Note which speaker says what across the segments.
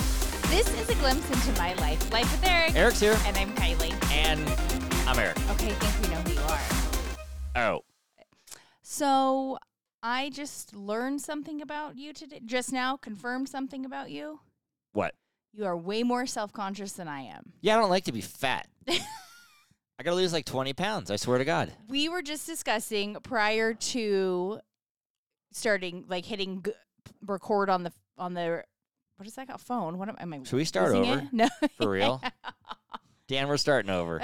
Speaker 1: Here's a glimpse into my life. Life with Eric.
Speaker 2: Eric's here,
Speaker 1: And I'm Kylie.
Speaker 2: and I'm Eric.
Speaker 1: Okay, I think we know who you are.
Speaker 2: Oh,
Speaker 1: So I just learned something about you today. Just now, confirmed something about you.
Speaker 2: what?
Speaker 1: You are way more self conscious than I am.
Speaker 2: Yeah, I don't like to be fat. I gotta lose like 20 pounds. I swear to God.
Speaker 1: We were just discussing prior to starting, like hitting g- record on the on the what is that called? Phone? What am, am I?
Speaker 2: Should we start
Speaker 1: losing
Speaker 2: over?
Speaker 1: it? No.
Speaker 2: For real? Dan, we're starting over.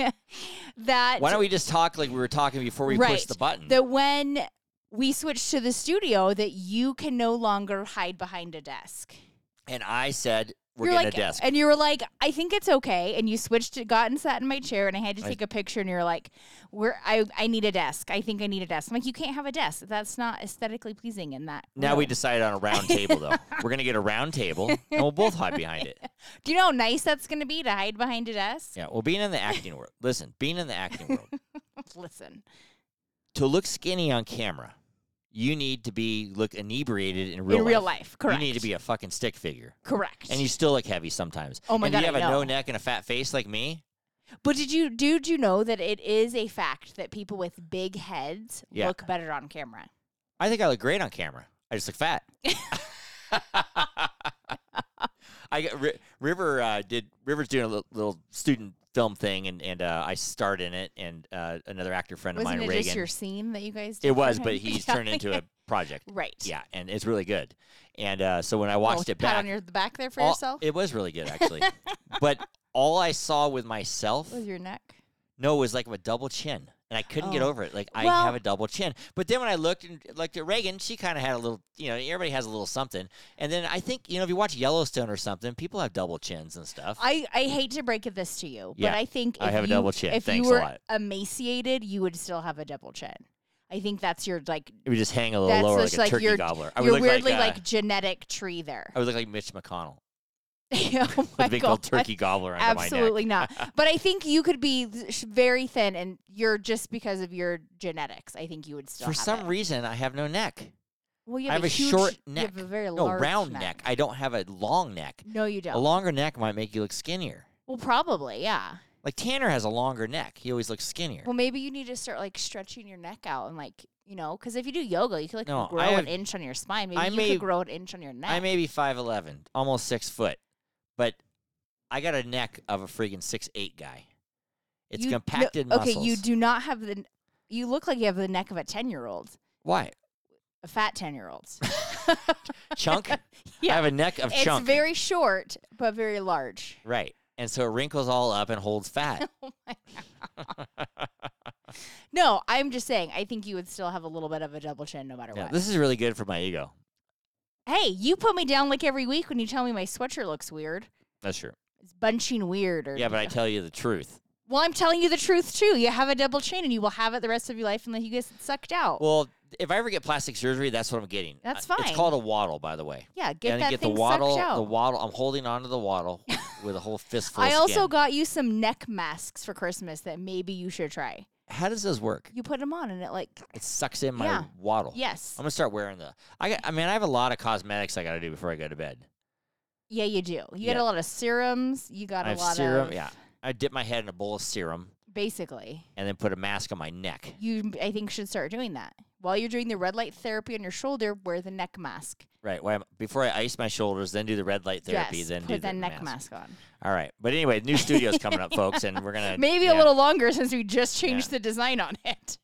Speaker 1: yeah. That
Speaker 2: Why don't we just talk like we were talking before we
Speaker 1: Right.
Speaker 2: pushed the button?
Speaker 1: that when we switched to the studio that you can no longer hide behind a desk.
Speaker 2: and I said, we're
Speaker 1: You're
Speaker 2: getting
Speaker 1: like,
Speaker 2: a desk.
Speaker 1: and you were like, I think it's okay. And you switched, to, got and sat in my chair, and I had to
Speaker 2: I-
Speaker 1: take a picture. And you're like, "Where I, I need a desk. I think I need a desk." I'm like, "You can't have a desk. That's not aesthetically pleasing." In that,
Speaker 2: Now we
Speaker 1: room."
Speaker 2: decided on a round table, though. We're gonna get a round table, and we'll both hide behind it.
Speaker 1: do you know how nice that's going to be to hide behind a desk?
Speaker 2: Yeah. Well, being in the acting world, listen, being in the acting world,
Speaker 1: Listen,
Speaker 2: to look skinny on camera, you need to be look inebriated in real
Speaker 1: in
Speaker 2: life.
Speaker 1: real life, correct.
Speaker 2: You need to be a fucking stick figure,
Speaker 1: correct.
Speaker 2: and you still look heavy sometimes.
Speaker 1: Oh my
Speaker 2: and
Speaker 1: God,
Speaker 2: you have
Speaker 1: I
Speaker 2: a no
Speaker 1: know.
Speaker 2: neck and a fat face like me.
Speaker 1: But did you do you know that it is a fact that people with big heads
Speaker 2: Yeah.
Speaker 1: look better on camera?
Speaker 2: I think I look great on camera. I just look fat. I got, Ri- River uh, did River's doing a little, little student film thing, and and uh, I starred in it, and uh, another actor friend
Speaker 1: Wasn't
Speaker 2: of mine,
Speaker 1: it
Speaker 2: Reagan.
Speaker 1: just your scene that you guys did?
Speaker 2: it
Speaker 1: for
Speaker 2: was,
Speaker 1: him?
Speaker 2: but he's
Speaker 1: Yeah.
Speaker 2: turned into a project.
Speaker 1: right.
Speaker 2: Yeah, and it's really good. And uh, so when I
Speaker 1: Oh,
Speaker 2: watched it
Speaker 1: pat
Speaker 2: back,
Speaker 1: on your the back there for
Speaker 2: all-
Speaker 1: yourself
Speaker 2: it was really good actually. but all I saw with myself,
Speaker 1: with your neck.
Speaker 2: no, was like a double chin, and I couldn't get
Speaker 1: Oh.
Speaker 2: over it. Like I
Speaker 1: Well-
Speaker 2: have a double chin. But then when I looked and looked at Reagan, she kind of had a little. You know, everybody has a little something. And then I think you know if you watch Yellowstone or something, people have double chins and stuff.
Speaker 1: I, I hate to break this to you,
Speaker 2: Yeah,
Speaker 1: but I think
Speaker 2: I
Speaker 1: if
Speaker 2: have a
Speaker 1: you,
Speaker 2: double chin.
Speaker 1: If
Speaker 2: Thanks a
Speaker 1: you were
Speaker 2: lot.
Speaker 1: emaciated, you would still have a double chin. I think that's your like
Speaker 2: it would just hang a little
Speaker 1: That's
Speaker 2: lower, like
Speaker 1: just
Speaker 2: a
Speaker 1: like
Speaker 2: turkey
Speaker 1: your-
Speaker 2: gobbler. I would
Speaker 1: your
Speaker 2: look
Speaker 1: weirdly
Speaker 2: like, uh,
Speaker 1: like genetic tree there.
Speaker 2: I would look like Mitch McConnell
Speaker 1: oh
Speaker 2: with
Speaker 1: my
Speaker 2: a big
Speaker 1: god!
Speaker 2: old turkey gobbler under my neck.
Speaker 1: Absolutely not. But I think you could be th- sh- very thin, and you're just because of your genetics. I think you would still
Speaker 2: For
Speaker 1: have
Speaker 2: some
Speaker 1: it.
Speaker 2: reason, I have no neck.
Speaker 1: Well, you
Speaker 2: I
Speaker 1: have,
Speaker 2: have a
Speaker 1: huge-
Speaker 2: short
Speaker 1: You have
Speaker 2: neck.
Speaker 1: a very
Speaker 2: No,
Speaker 1: large
Speaker 2: round neck. I don't have a long neck.
Speaker 1: no, you
Speaker 2: A
Speaker 1: don't.
Speaker 2: longer neck might make you look skinnier.
Speaker 1: well, probably, yeah.
Speaker 2: Like Tanner has a longer neck. He always looks skinnier.
Speaker 1: Well, maybe you need to start like stretching your neck out and like you know, because if you do yoga, you can like
Speaker 2: No,
Speaker 1: grow
Speaker 2: I have-
Speaker 1: an inch on your spine. Maybe
Speaker 2: I
Speaker 1: you
Speaker 2: may-
Speaker 1: could grow an inch on your neck.
Speaker 2: I may be five eleven, almost six foot, but I got a neck of a friggin' six eight guy. It's
Speaker 1: You- no,
Speaker 2: compacted
Speaker 1: Okay,
Speaker 2: muscles.
Speaker 1: you do not have the. You look like you have the neck of a ten year old,
Speaker 2: Why
Speaker 1: a fat ten year old.
Speaker 2: chunk? I
Speaker 1: Yeah.
Speaker 2: have a neck of
Speaker 1: It's
Speaker 2: chunk.
Speaker 1: very short but very large.
Speaker 2: right, and so it wrinkles all up and holds fat.
Speaker 1: No, I'm just saying. I think you would still have a little bit of a double chin, no matter
Speaker 2: Yeah,
Speaker 1: what.
Speaker 2: this is really good for my ego.
Speaker 1: hey, you put me down like every week when you tell me my sweatshirt looks weird.
Speaker 2: That's true.
Speaker 1: It's bunching weird. Or
Speaker 2: Yeah, but I tell you the truth.
Speaker 1: well, I'm telling you the truth too. You have a double chin, and you will have it the rest of your life unless you get sucked out.
Speaker 2: Well, if I ever get plastic surgery, that's what I'm getting.
Speaker 1: That's
Speaker 2: Uh, It's
Speaker 1: fine.
Speaker 2: called a waddle, by the way.
Speaker 1: yeah,
Speaker 2: and
Speaker 1: get
Speaker 2: I
Speaker 1: that
Speaker 2: get
Speaker 1: thing
Speaker 2: the waddle.
Speaker 1: sucked out.
Speaker 2: The waddle. I'm holding on to the waddle with a whole fistful.
Speaker 1: I
Speaker 2: of
Speaker 1: also
Speaker 2: skin.
Speaker 1: got you some neck masks for Christmas that maybe you should try.
Speaker 2: How does this work?
Speaker 1: You put them on, and it like
Speaker 2: It sucks in my
Speaker 1: Yeah.
Speaker 2: waddle.
Speaker 1: yes,
Speaker 2: Oh, I'm gonna start wearing the. I got. I mean, I have a lot of cosmetics I gotta do before I go to bed.
Speaker 1: yeah, you do. You
Speaker 2: Yeah.
Speaker 1: got a lot of serums. You got a
Speaker 2: I have
Speaker 1: lot
Speaker 2: serum.
Speaker 1: of
Speaker 2: Yeah, I dip my head in a bowl of serum
Speaker 1: basically.
Speaker 2: and then put a mask on my neck.
Speaker 1: you I think should start doing that. While you're doing the red light therapy on your shoulder, wear the neck mask.
Speaker 2: Right. Why? Before I ice my shoulders, then do the red light therapy,
Speaker 1: yes,
Speaker 2: then do
Speaker 1: put
Speaker 2: the
Speaker 1: that neck mask, on.
Speaker 2: All right. But anyway, new studio's coming up, folks, and we're gonna
Speaker 1: Maybe a
Speaker 2: yeah.
Speaker 1: little longer since we just changed the design on it.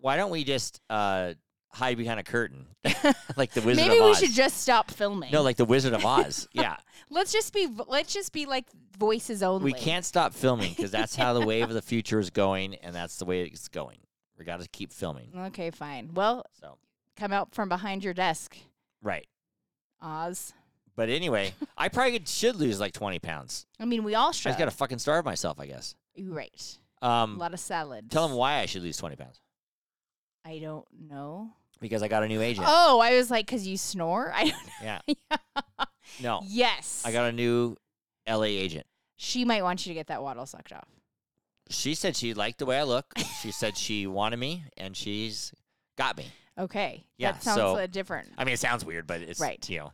Speaker 2: Why don't we just uh, hide behind a curtain, like the Wizard
Speaker 1: Maybe
Speaker 2: of
Speaker 1: we
Speaker 2: Oz?
Speaker 1: should just stop filming.
Speaker 2: no, like the Wizard of Oz. Yeah,
Speaker 1: let's just be v- let's just be like voices only.
Speaker 2: we can't stop filming because that's how the wave of the future is going, and that's the way it's going. We got to keep filming.
Speaker 1: Okay, fine. Well,
Speaker 2: So
Speaker 1: come out from behind your desk,
Speaker 2: right.
Speaker 1: Oz.
Speaker 2: But anyway, I probably could- should lose like 20 pounds.
Speaker 1: I mean, we all
Speaker 2: I
Speaker 1: should.
Speaker 2: just got to fucking starve myself, I guess.
Speaker 1: You're right. A
Speaker 2: Um,
Speaker 1: lot of salads.
Speaker 2: tell them why I should lose 20 pounds.
Speaker 1: I don't know.
Speaker 2: Because I got a new agent.
Speaker 1: Oh, I was like, because you snore. I don't
Speaker 2: yeah.
Speaker 1: know.
Speaker 2: No,
Speaker 1: yes.
Speaker 2: Oh. I got a new LA agent.
Speaker 1: She might want you to get that waddle sucked off.
Speaker 2: She said she liked the way I look. She said she wanted me, and she's got me.
Speaker 1: Okay.
Speaker 2: Yeah,
Speaker 1: That sounds
Speaker 2: so-
Speaker 1: uh, different.
Speaker 2: I mean, it sounds weird, but it's,
Speaker 1: Right.
Speaker 2: you know.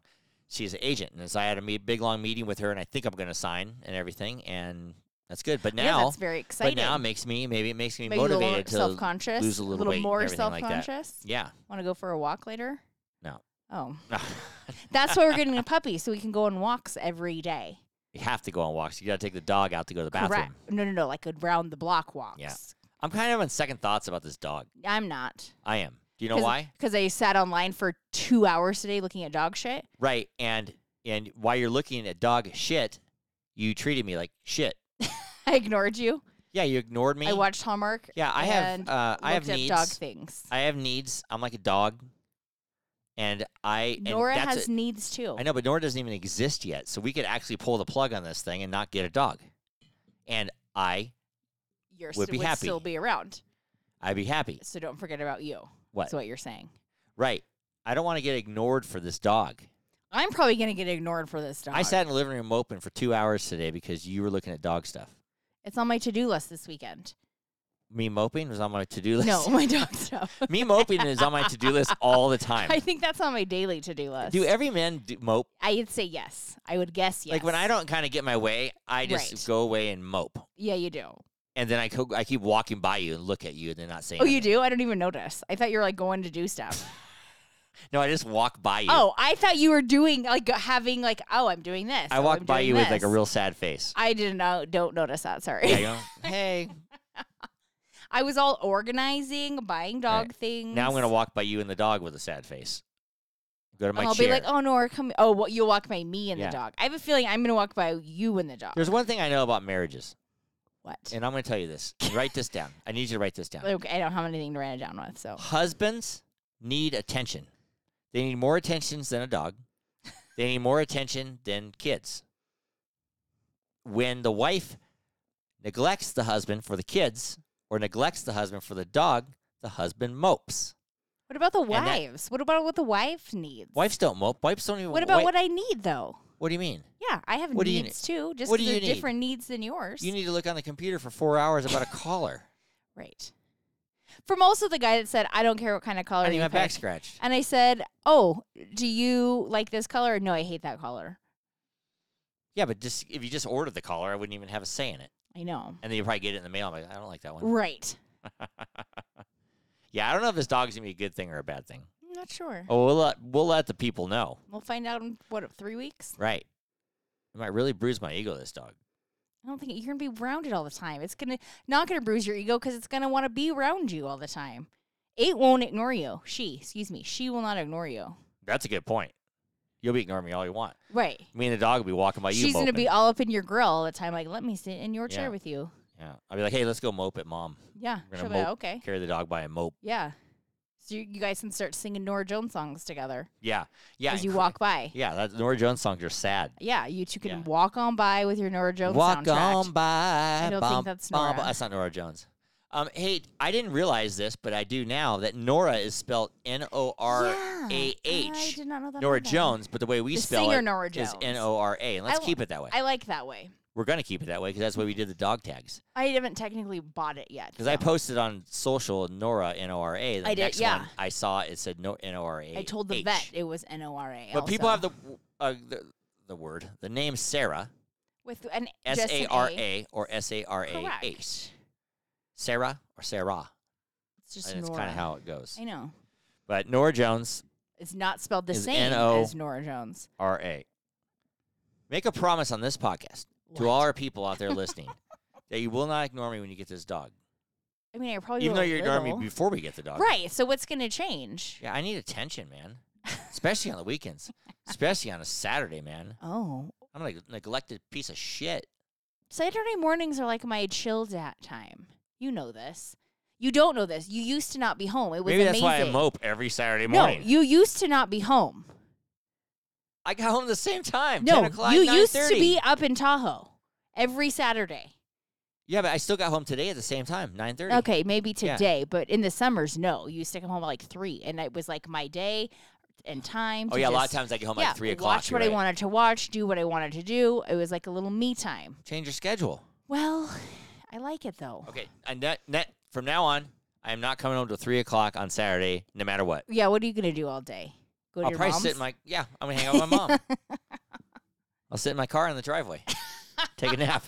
Speaker 2: she's an agent, and so I had a me- big long meeting with her, and I think I'm going to sign and everything, and that's good. But
Speaker 1: yeah,
Speaker 2: now,
Speaker 1: that's very exciting.
Speaker 2: but now it makes me maybe it makes me
Speaker 1: Maybe a little
Speaker 2: motivated to
Speaker 1: self-conscious,
Speaker 2: lose a little weight and
Speaker 1: more
Speaker 2: everything like that.
Speaker 1: self-conscious.
Speaker 2: yeah.
Speaker 1: Want to go for a walk later?
Speaker 2: No.
Speaker 1: Oh,
Speaker 2: No,
Speaker 1: that's why we're getting a puppy so we can go on walks every day.
Speaker 2: you have to go on walks. You got to take the dog out to go to the bathroom.
Speaker 1: Correct. No, no, no. Like around the block walks.
Speaker 2: I'm kind of on second thoughts about this dog.
Speaker 1: I'm not.
Speaker 2: I am. Do you know why?
Speaker 1: Because I sat online for two hours today looking at dog shit.
Speaker 2: Right. And and while you're looking at dog shit, you treated me like shit.
Speaker 1: I ignored you.
Speaker 2: Yeah, you ignored me.
Speaker 1: I watched Hallmark.
Speaker 2: yeah, I have
Speaker 1: and
Speaker 2: uh, I have
Speaker 1: looked
Speaker 2: needs.
Speaker 1: up dog things.
Speaker 2: I have needs. I'm like a dog. And I and
Speaker 1: Nora
Speaker 2: that's
Speaker 1: has
Speaker 2: it.
Speaker 1: needs too.
Speaker 2: I know, but Nora doesn't even exist yet. So we could actually pull the plug on this thing and not get a dog. And I
Speaker 1: You're
Speaker 2: would
Speaker 1: st-
Speaker 2: be
Speaker 1: would
Speaker 2: happy.
Speaker 1: still be around.
Speaker 2: I'd be happy.
Speaker 1: So don't forget about you.
Speaker 2: What?
Speaker 1: That's what you're saying.
Speaker 2: right. I don't want to get ignored for this dog.
Speaker 1: I'm probably gonna get ignored for this dog.
Speaker 2: I sat in the living room open for two hours today because you were looking at dog stuff.
Speaker 1: it's on my to do list this weekend.
Speaker 2: Me moping was on my to do list.
Speaker 1: No, my dog stuff.
Speaker 2: me moping is on my to do list all the time.
Speaker 1: I think that's on my daily to do list.
Speaker 2: do every man do mope?
Speaker 1: I'd say yes. I would guess yes.
Speaker 2: Like when I don't kind of get my way, I just
Speaker 1: Right.
Speaker 2: go away and mope,
Speaker 1: Yeah, you do.
Speaker 2: and then I co- I keep walking by you and look at you and then not saying.
Speaker 1: Oh, you
Speaker 2: anything.
Speaker 1: do? I don't even notice. I thought you were like going to do stuff.
Speaker 2: No, I just walk by you.
Speaker 1: Oh, I thought you were doing like having like oh, I'm doing this.
Speaker 2: I
Speaker 1: oh,
Speaker 2: walk
Speaker 1: I'm
Speaker 2: by
Speaker 1: doing
Speaker 2: you with like a
Speaker 1: this.
Speaker 2: real sad face.
Speaker 1: I didn't know. Don't notice that. Sorry.
Speaker 2: Yeah, you know, hey,
Speaker 1: Mm-hmm. I was all organizing, buying dog
Speaker 2: Right.
Speaker 1: things.
Speaker 2: now I'm gonna walk by you and the dog with a sad face. Go to my
Speaker 1: And I'll
Speaker 2: chair.
Speaker 1: be like, oh no, come. Oh, well, you'll walk by me and
Speaker 2: Yeah.
Speaker 1: the dog. I have a feeling I'm gonna walk by you and the dog.
Speaker 2: There's one thing I know about marriages,
Speaker 1: what?
Speaker 2: and I'm gonna tell you this. write this down. I need you to write this down.
Speaker 1: Like, I don't have anything to write it down with. So
Speaker 2: Husbands need attention. They need more attention than a dog. They need more attention than kids. When the wife neglects the husband for the kids or neglects the husband for the dog, the husband mopes.
Speaker 1: what about the
Speaker 2: that-
Speaker 1: wives? what about what the wife needs?
Speaker 2: Wives don't mope. Wives don't even.
Speaker 1: What about
Speaker 2: wi-
Speaker 1: what I need though?
Speaker 2: What do you mean?
Speaker 1: Yeah, I have
Speaker 2: What do you
Speaker 1: needs too. Just
Speaker 2: what
Speaker 1: 'cause
Speaker 2: do you
Speaker 1: they're
Speaker 2: need?
Speaker 1: different needs than yours.
Speaker 2: You need to look on the computer for four hours about a collar.
Speaker 1: right. From also the guy that said, I don't care what kind of color
Speaker 2: I need
Speaker 1: Oh, you
Speaker 2: my back
Speaker 1: pick."
Speaker 2: scratched.
Speaker 1: And I said, "Oh, do you like this color? No, I hate that color.
Speaker 2: Yeah, but just if you just ordered the collar, I wouldn't even have a say in it.
Speaker 1: I know,
Speaker 2: And then you probably get it in the mail. I'm like, I don't like that one.
Speaker 1: right?
Speaker 2: Yeah, I don't know if this dog's gonna be a good thing or a bad thing.
Speaker 1: I'm not sure.
Speaker 2: Oh, we'll let, we'll let the people know.
Speaker 1: We'll find out in what three weeks.
Speaker 2: Right. It might really bruise my ego, this dog.
Speaker 1: I don't think you're gonna be rounded all the time. It's gonna not gonna bruise your ego because it's gonna want to be around you all the time. It won't ignore you. She, excuse me, she will not ignore you.
Speaker 2: That's a good point. You'll be ignoring me all you want.
Speaker 1: Right?
Speaker 2: Me and the dog will be walking by you.
Speaker 1: She's gonna be
Speaker 2: moping.
Speaker 1: all up in your grill all the time. Like, let me sit in your chair
Speaker 2: Yeah.
Speaker 1: with you.
Speaker 2: Yeah. I'll be like, hey, let's go mope at mom.
Speaker 1: Yeah.
Speaker 2: gonna
Speaker 1: She'll be like,
Speaker 2: mope.
Speaker 1: okay.
Speaker 2: Carry the dog by and mope.
Speaker 1: Yeah. So you, you guys can start singing Nora Jones songs together
Speaker 2: Yeah. Yeah.
Speaker 1: as
Speaker 2: and
Speaker 1: you
Speaker 2: cr-
Speaker 1: walk by.
Speaker 2: Yeah. That Nora Jones songs are sad.
Speaker 1: Yeah, you two can
Speaker 2: Yeah.
Speaker 1: walk on by with your Nora Jones
Speaker 2: walk
Speaker 1: soundtrack.
Speaker 2: on by. I
Speaker 1: don't think that's Nora.
Speaker 2: That's not Nora Jones. Um, hey, I didn't realize this, but I do now that Nora is spelled N O R A
Speaker 1: Yeah, I
Speaker 2: H.
Speaker 1: did not know that.
Speaker 2: Nora
Speaker 1: either.
Speaker 2: Jones, but the way we
Speaker 1: The
Speaker 2: spell
Speaker 1: singer
Speaker 2: it
Speaker 1: Nora
Speaker 2: is
Speaker 1: Jones.
Speaker 2: N O R A. And let's
Speaker 1: I-
Speaker 2: keep it that way.
Speaker 1: I like that way.
Speaker 2: We're going to keep it that way because that's why we did the dog tags.
Speaker 1: I haven't technically bought it yet.
Speaker 2: Because I
Speaker 1: so.
Speaker 2: posted on social Nora N O R A.
Speaker 1: I did,
Speaker 2: next
Speaker 1: yeah.
Speaker 2: One, I saw it said no N O R A.
Speaker 1: I told the vet it was N O R A.
Speaker 2: But people have the, uh, the the word the name Sarah
Speaker 1: with an
Speaker 2: S
Speaker 1: just
Speaker 2: A
Speaker 1: an
Speaker 2: R A or S A R A
Speaker 1: Correct.
Speaker 2: H Sarah or Sarah.
Speaker 1: It's just
Speaker 2: And it's
Speaker 1: Nora.
Speaker 2: kind of how it goes.
Speaker 1: I know.
Speaker 2: But Nora Jones
Speaker 1: It's not spelled the
Speaker 2: Is
Speaker 1: same
Speaker 2: N-O-
Speaker 1: as Nora Jones.
Speaker 2: R A. Make a promise on this podcast to
Speaker 1: What?
Speaker 2: all our people out there listening that you will not ignore me when you get this dog,
Speaker 1: I mean, I probably
Speaker 2: even
Speaker 1: Oh, will
Speaker 2: though
Speaker 1: a
Speaker 2: you're ignoring me
Speaker 1: little.
Speaker 2: before we get the dog.
Speaker 1: right. So what's going to change?
Speaker 2: Yeah, I need attention, man. Especially on the weekends. Especially on a Saturday, man.
Speaker 1: Oh,
Speaker 2: I'm like a neglected piece of shit.
Speaker 1: Saturday mornings are like my chill da- time. You know this. You don't know this. You used to not be home. It was
Speaker 2: Maybe that's
Speaker 1: amazing.
Speaker 2: why I mope every Saturday
Speaker 1: No,
Speaker 2: morning.
Speaker 1: you used to not be home.
Speaker 2: I got home the same time. 10
Speaker 1: No,
Speaker 2: o'clock,
Speaker 1: you used to
Speaker 2: 9:30.
Speaker 1: be up in Tahoe every Saturday.
Speaker 2: Yeah, but I still got home today at the same time, 9:30.
Speaker 1: Okay, maybe
Speaker 2: Yeah.
Speaker 1: today, but in the summers, no. You used to come home at like three, and it was like my day and time.
Speaker 2: Oh
Speaker 1: to
Speaker 2: yeah, a lot of
Speaker 1: just-
Speaker 2: times I get home
Speaker 1: yeah,
Speaker 2: like three o'clock.
Speaker 1: Watch
Speaker 2: you're
Speaker 1: what I
Speaker 2: right.
Speaker 1: wanted to watch, do what I wanted to do. It was like a little me time.
Speaker 2: Change your schedule.
Speaker 1: Well, I like it though.
Speaker 2: Okay, and that, that- from now on, I am not coming home till three o'clock on Saturday, no matter what.
Speaker 1: Yeah, what are you gonna do all day? Go to
Speaker 2: I'll
Speaker 1: your
Speaker 2: probably
Speaker 1: mom's.
Speaker 2: sit in my yeah. I'm gonna hang out with my mom. I'll sit in my car in the driveway, take a nap.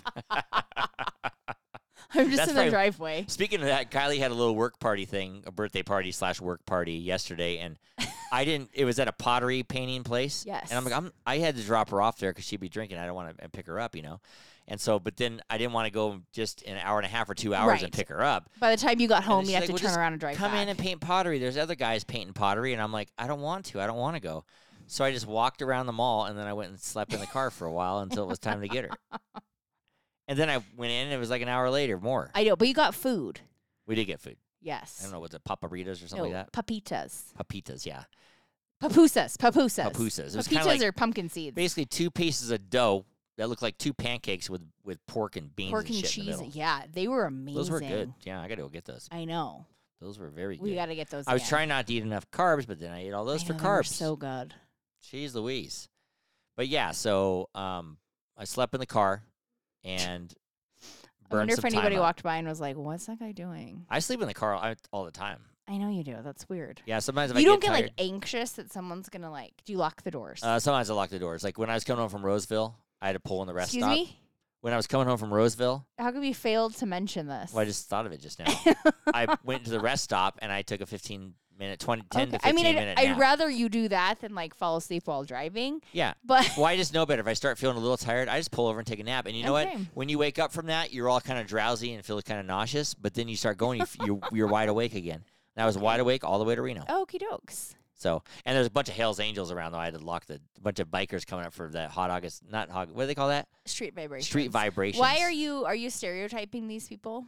Speaker 1: I'm just in
Speaker 2: That's
Speaker 1: the
Speaker 2: probably-
Speaker 1: driveway.
Speaker 2: Speaking of that, Kylie had a little work party thing, a birthday party slash work party yesterday, and I didn't. It was at a pottery painting place.
Speaker 1: Yes.
Speaker 2: And I'm like, I'm, I had to drop her off there because she'd be drinking. I don't want to pick her up, you know. And so, but then I didn't want to go just an hour and a half or two hours
Speaker 1: Right.
Speaker 2: and pick her up.
Speaker 1: By the time you got home,
Speaker 2: she's
Speaker 1: you have
Speaker 2: like,
Speaker 1: to
Speaker 2: "Well,
Speaker 1: turn
Speaker 2: just
Speaker 1: around and drive
Speaker 2: Come
Speaker 1: back.
Speaker 2: in and paint pottery. There's other guys painting pottery, and I'm like, I don't want to. I don't want to go. So I just walked around the mall, and then I went and slept in the car for a while until it was time to get her. And then I went in. And it was like an hour later, more.
Speaker 1: I know, but you got food.
Speaker 2: we did get food.
Speaker 1: Yes.
Speaker 2: I don't know what's it, paparitas or something
Speaker 1: No,
Speaker 2: like that.
Speaker 1: Papitas.
Speaker 2: Papitas, yeah.
Speaker 1: Papusas. Papusas.
Speaker 2: Papusas. It was kinda
Speaker 1: Papitas
Speaker 2: like-
Speaker 1: are pumpkin seeds.
Speaker 2: Basically, two pieces of dough that looked like two pancakes with with pork and beans
Speaker 1: Pork
Speaker 2: and,
Speaker 1: and
Speaker 2: shit in the
Speaker 1: cheese.
Speaker 2: middle.
Speaker 1: Yeah, they were amazing.
Speaker 2: Those were good. Yeah, I got to go get those.
Speaker 1: I know.
Speaker 2: Those were very good.
Speaker 1: We got to get those.
Speaker 2: I was
Speaker 1: again.
Speaker 2: trying not to eat enough carbs, but then I ate all those
Speaker 1: I
Speaker 2: for
Speaker 1: know, they were
Speaker 2: carbs.
Speaker 1: So good.
Speaker 2: Jeez Louise. But yeah, so um, I slept in the car and
Speaker 1: I
Speaker 2: burned
Speaker 1: wonder if
Speaker 2: some
Speaker 1: anybody
Speaker 2: time out.
Speaker 1: walked by and was like, "What's that guy doing?"
Speaker 2: I sleep in the car all, all the time.
Speaker 1: I know you do. That's weird.
Speaker 2: Yeah, sometimes if
Speaker 1: you
Speaker 2: I
Speaker 1: don't
Speaker 2: get,
Speaker 1: get
Speaker 2: tired,
Speaker 1: like anxious that someone's gonna like. Do you lock the doors?
Speaker 2: uh, sometimes I lock the doors. Like when I was coming home from Roseville, I had to pull in the rest
Speaker 1: Excuse
Speaker 2: stop.
Speaker 1: me.
Speaker 2: When I was coming home from Roseville,
Speaker 1: How could we fail to mention this?
Speaker 2: well, I just thought of it just now. I went to the rest stop and I took a 15 minute, 20, 10 to
Speaker 1: Okay,
Speaker 2: 15
Speaker 1: I mean, I'd,
Speaker 2: minute
Speaker 1: I'd
Speaker 2: nap.
Speaker 1: rather you do that than like fall asleep while driving.
Speaker 2: yeah.
Speaker 1: But
Speaker 2: Well, I just know better. If I start feeling a little tired, I just pull over and take a nap. And you know
Speaker 1: Okay.
Speaker 2: what? When you wake up from that, you're all kind of drowsy and feel kind of nauseous. But then you start going, you, f- you're, you're wide awake again. And I was wide awake all the way to Reno.
Speaker 1: okie dokes.
Speaker 2: So, and there's a bunch of Hell's Angels around though. I had to lock the a bunch of bikers coming up for that hot August, not hot. What do they call that?
Speaker 1: Street vibration.
Speaker 2: Street vibrations.
Speaker 1: Why are you are you stereotyping these people?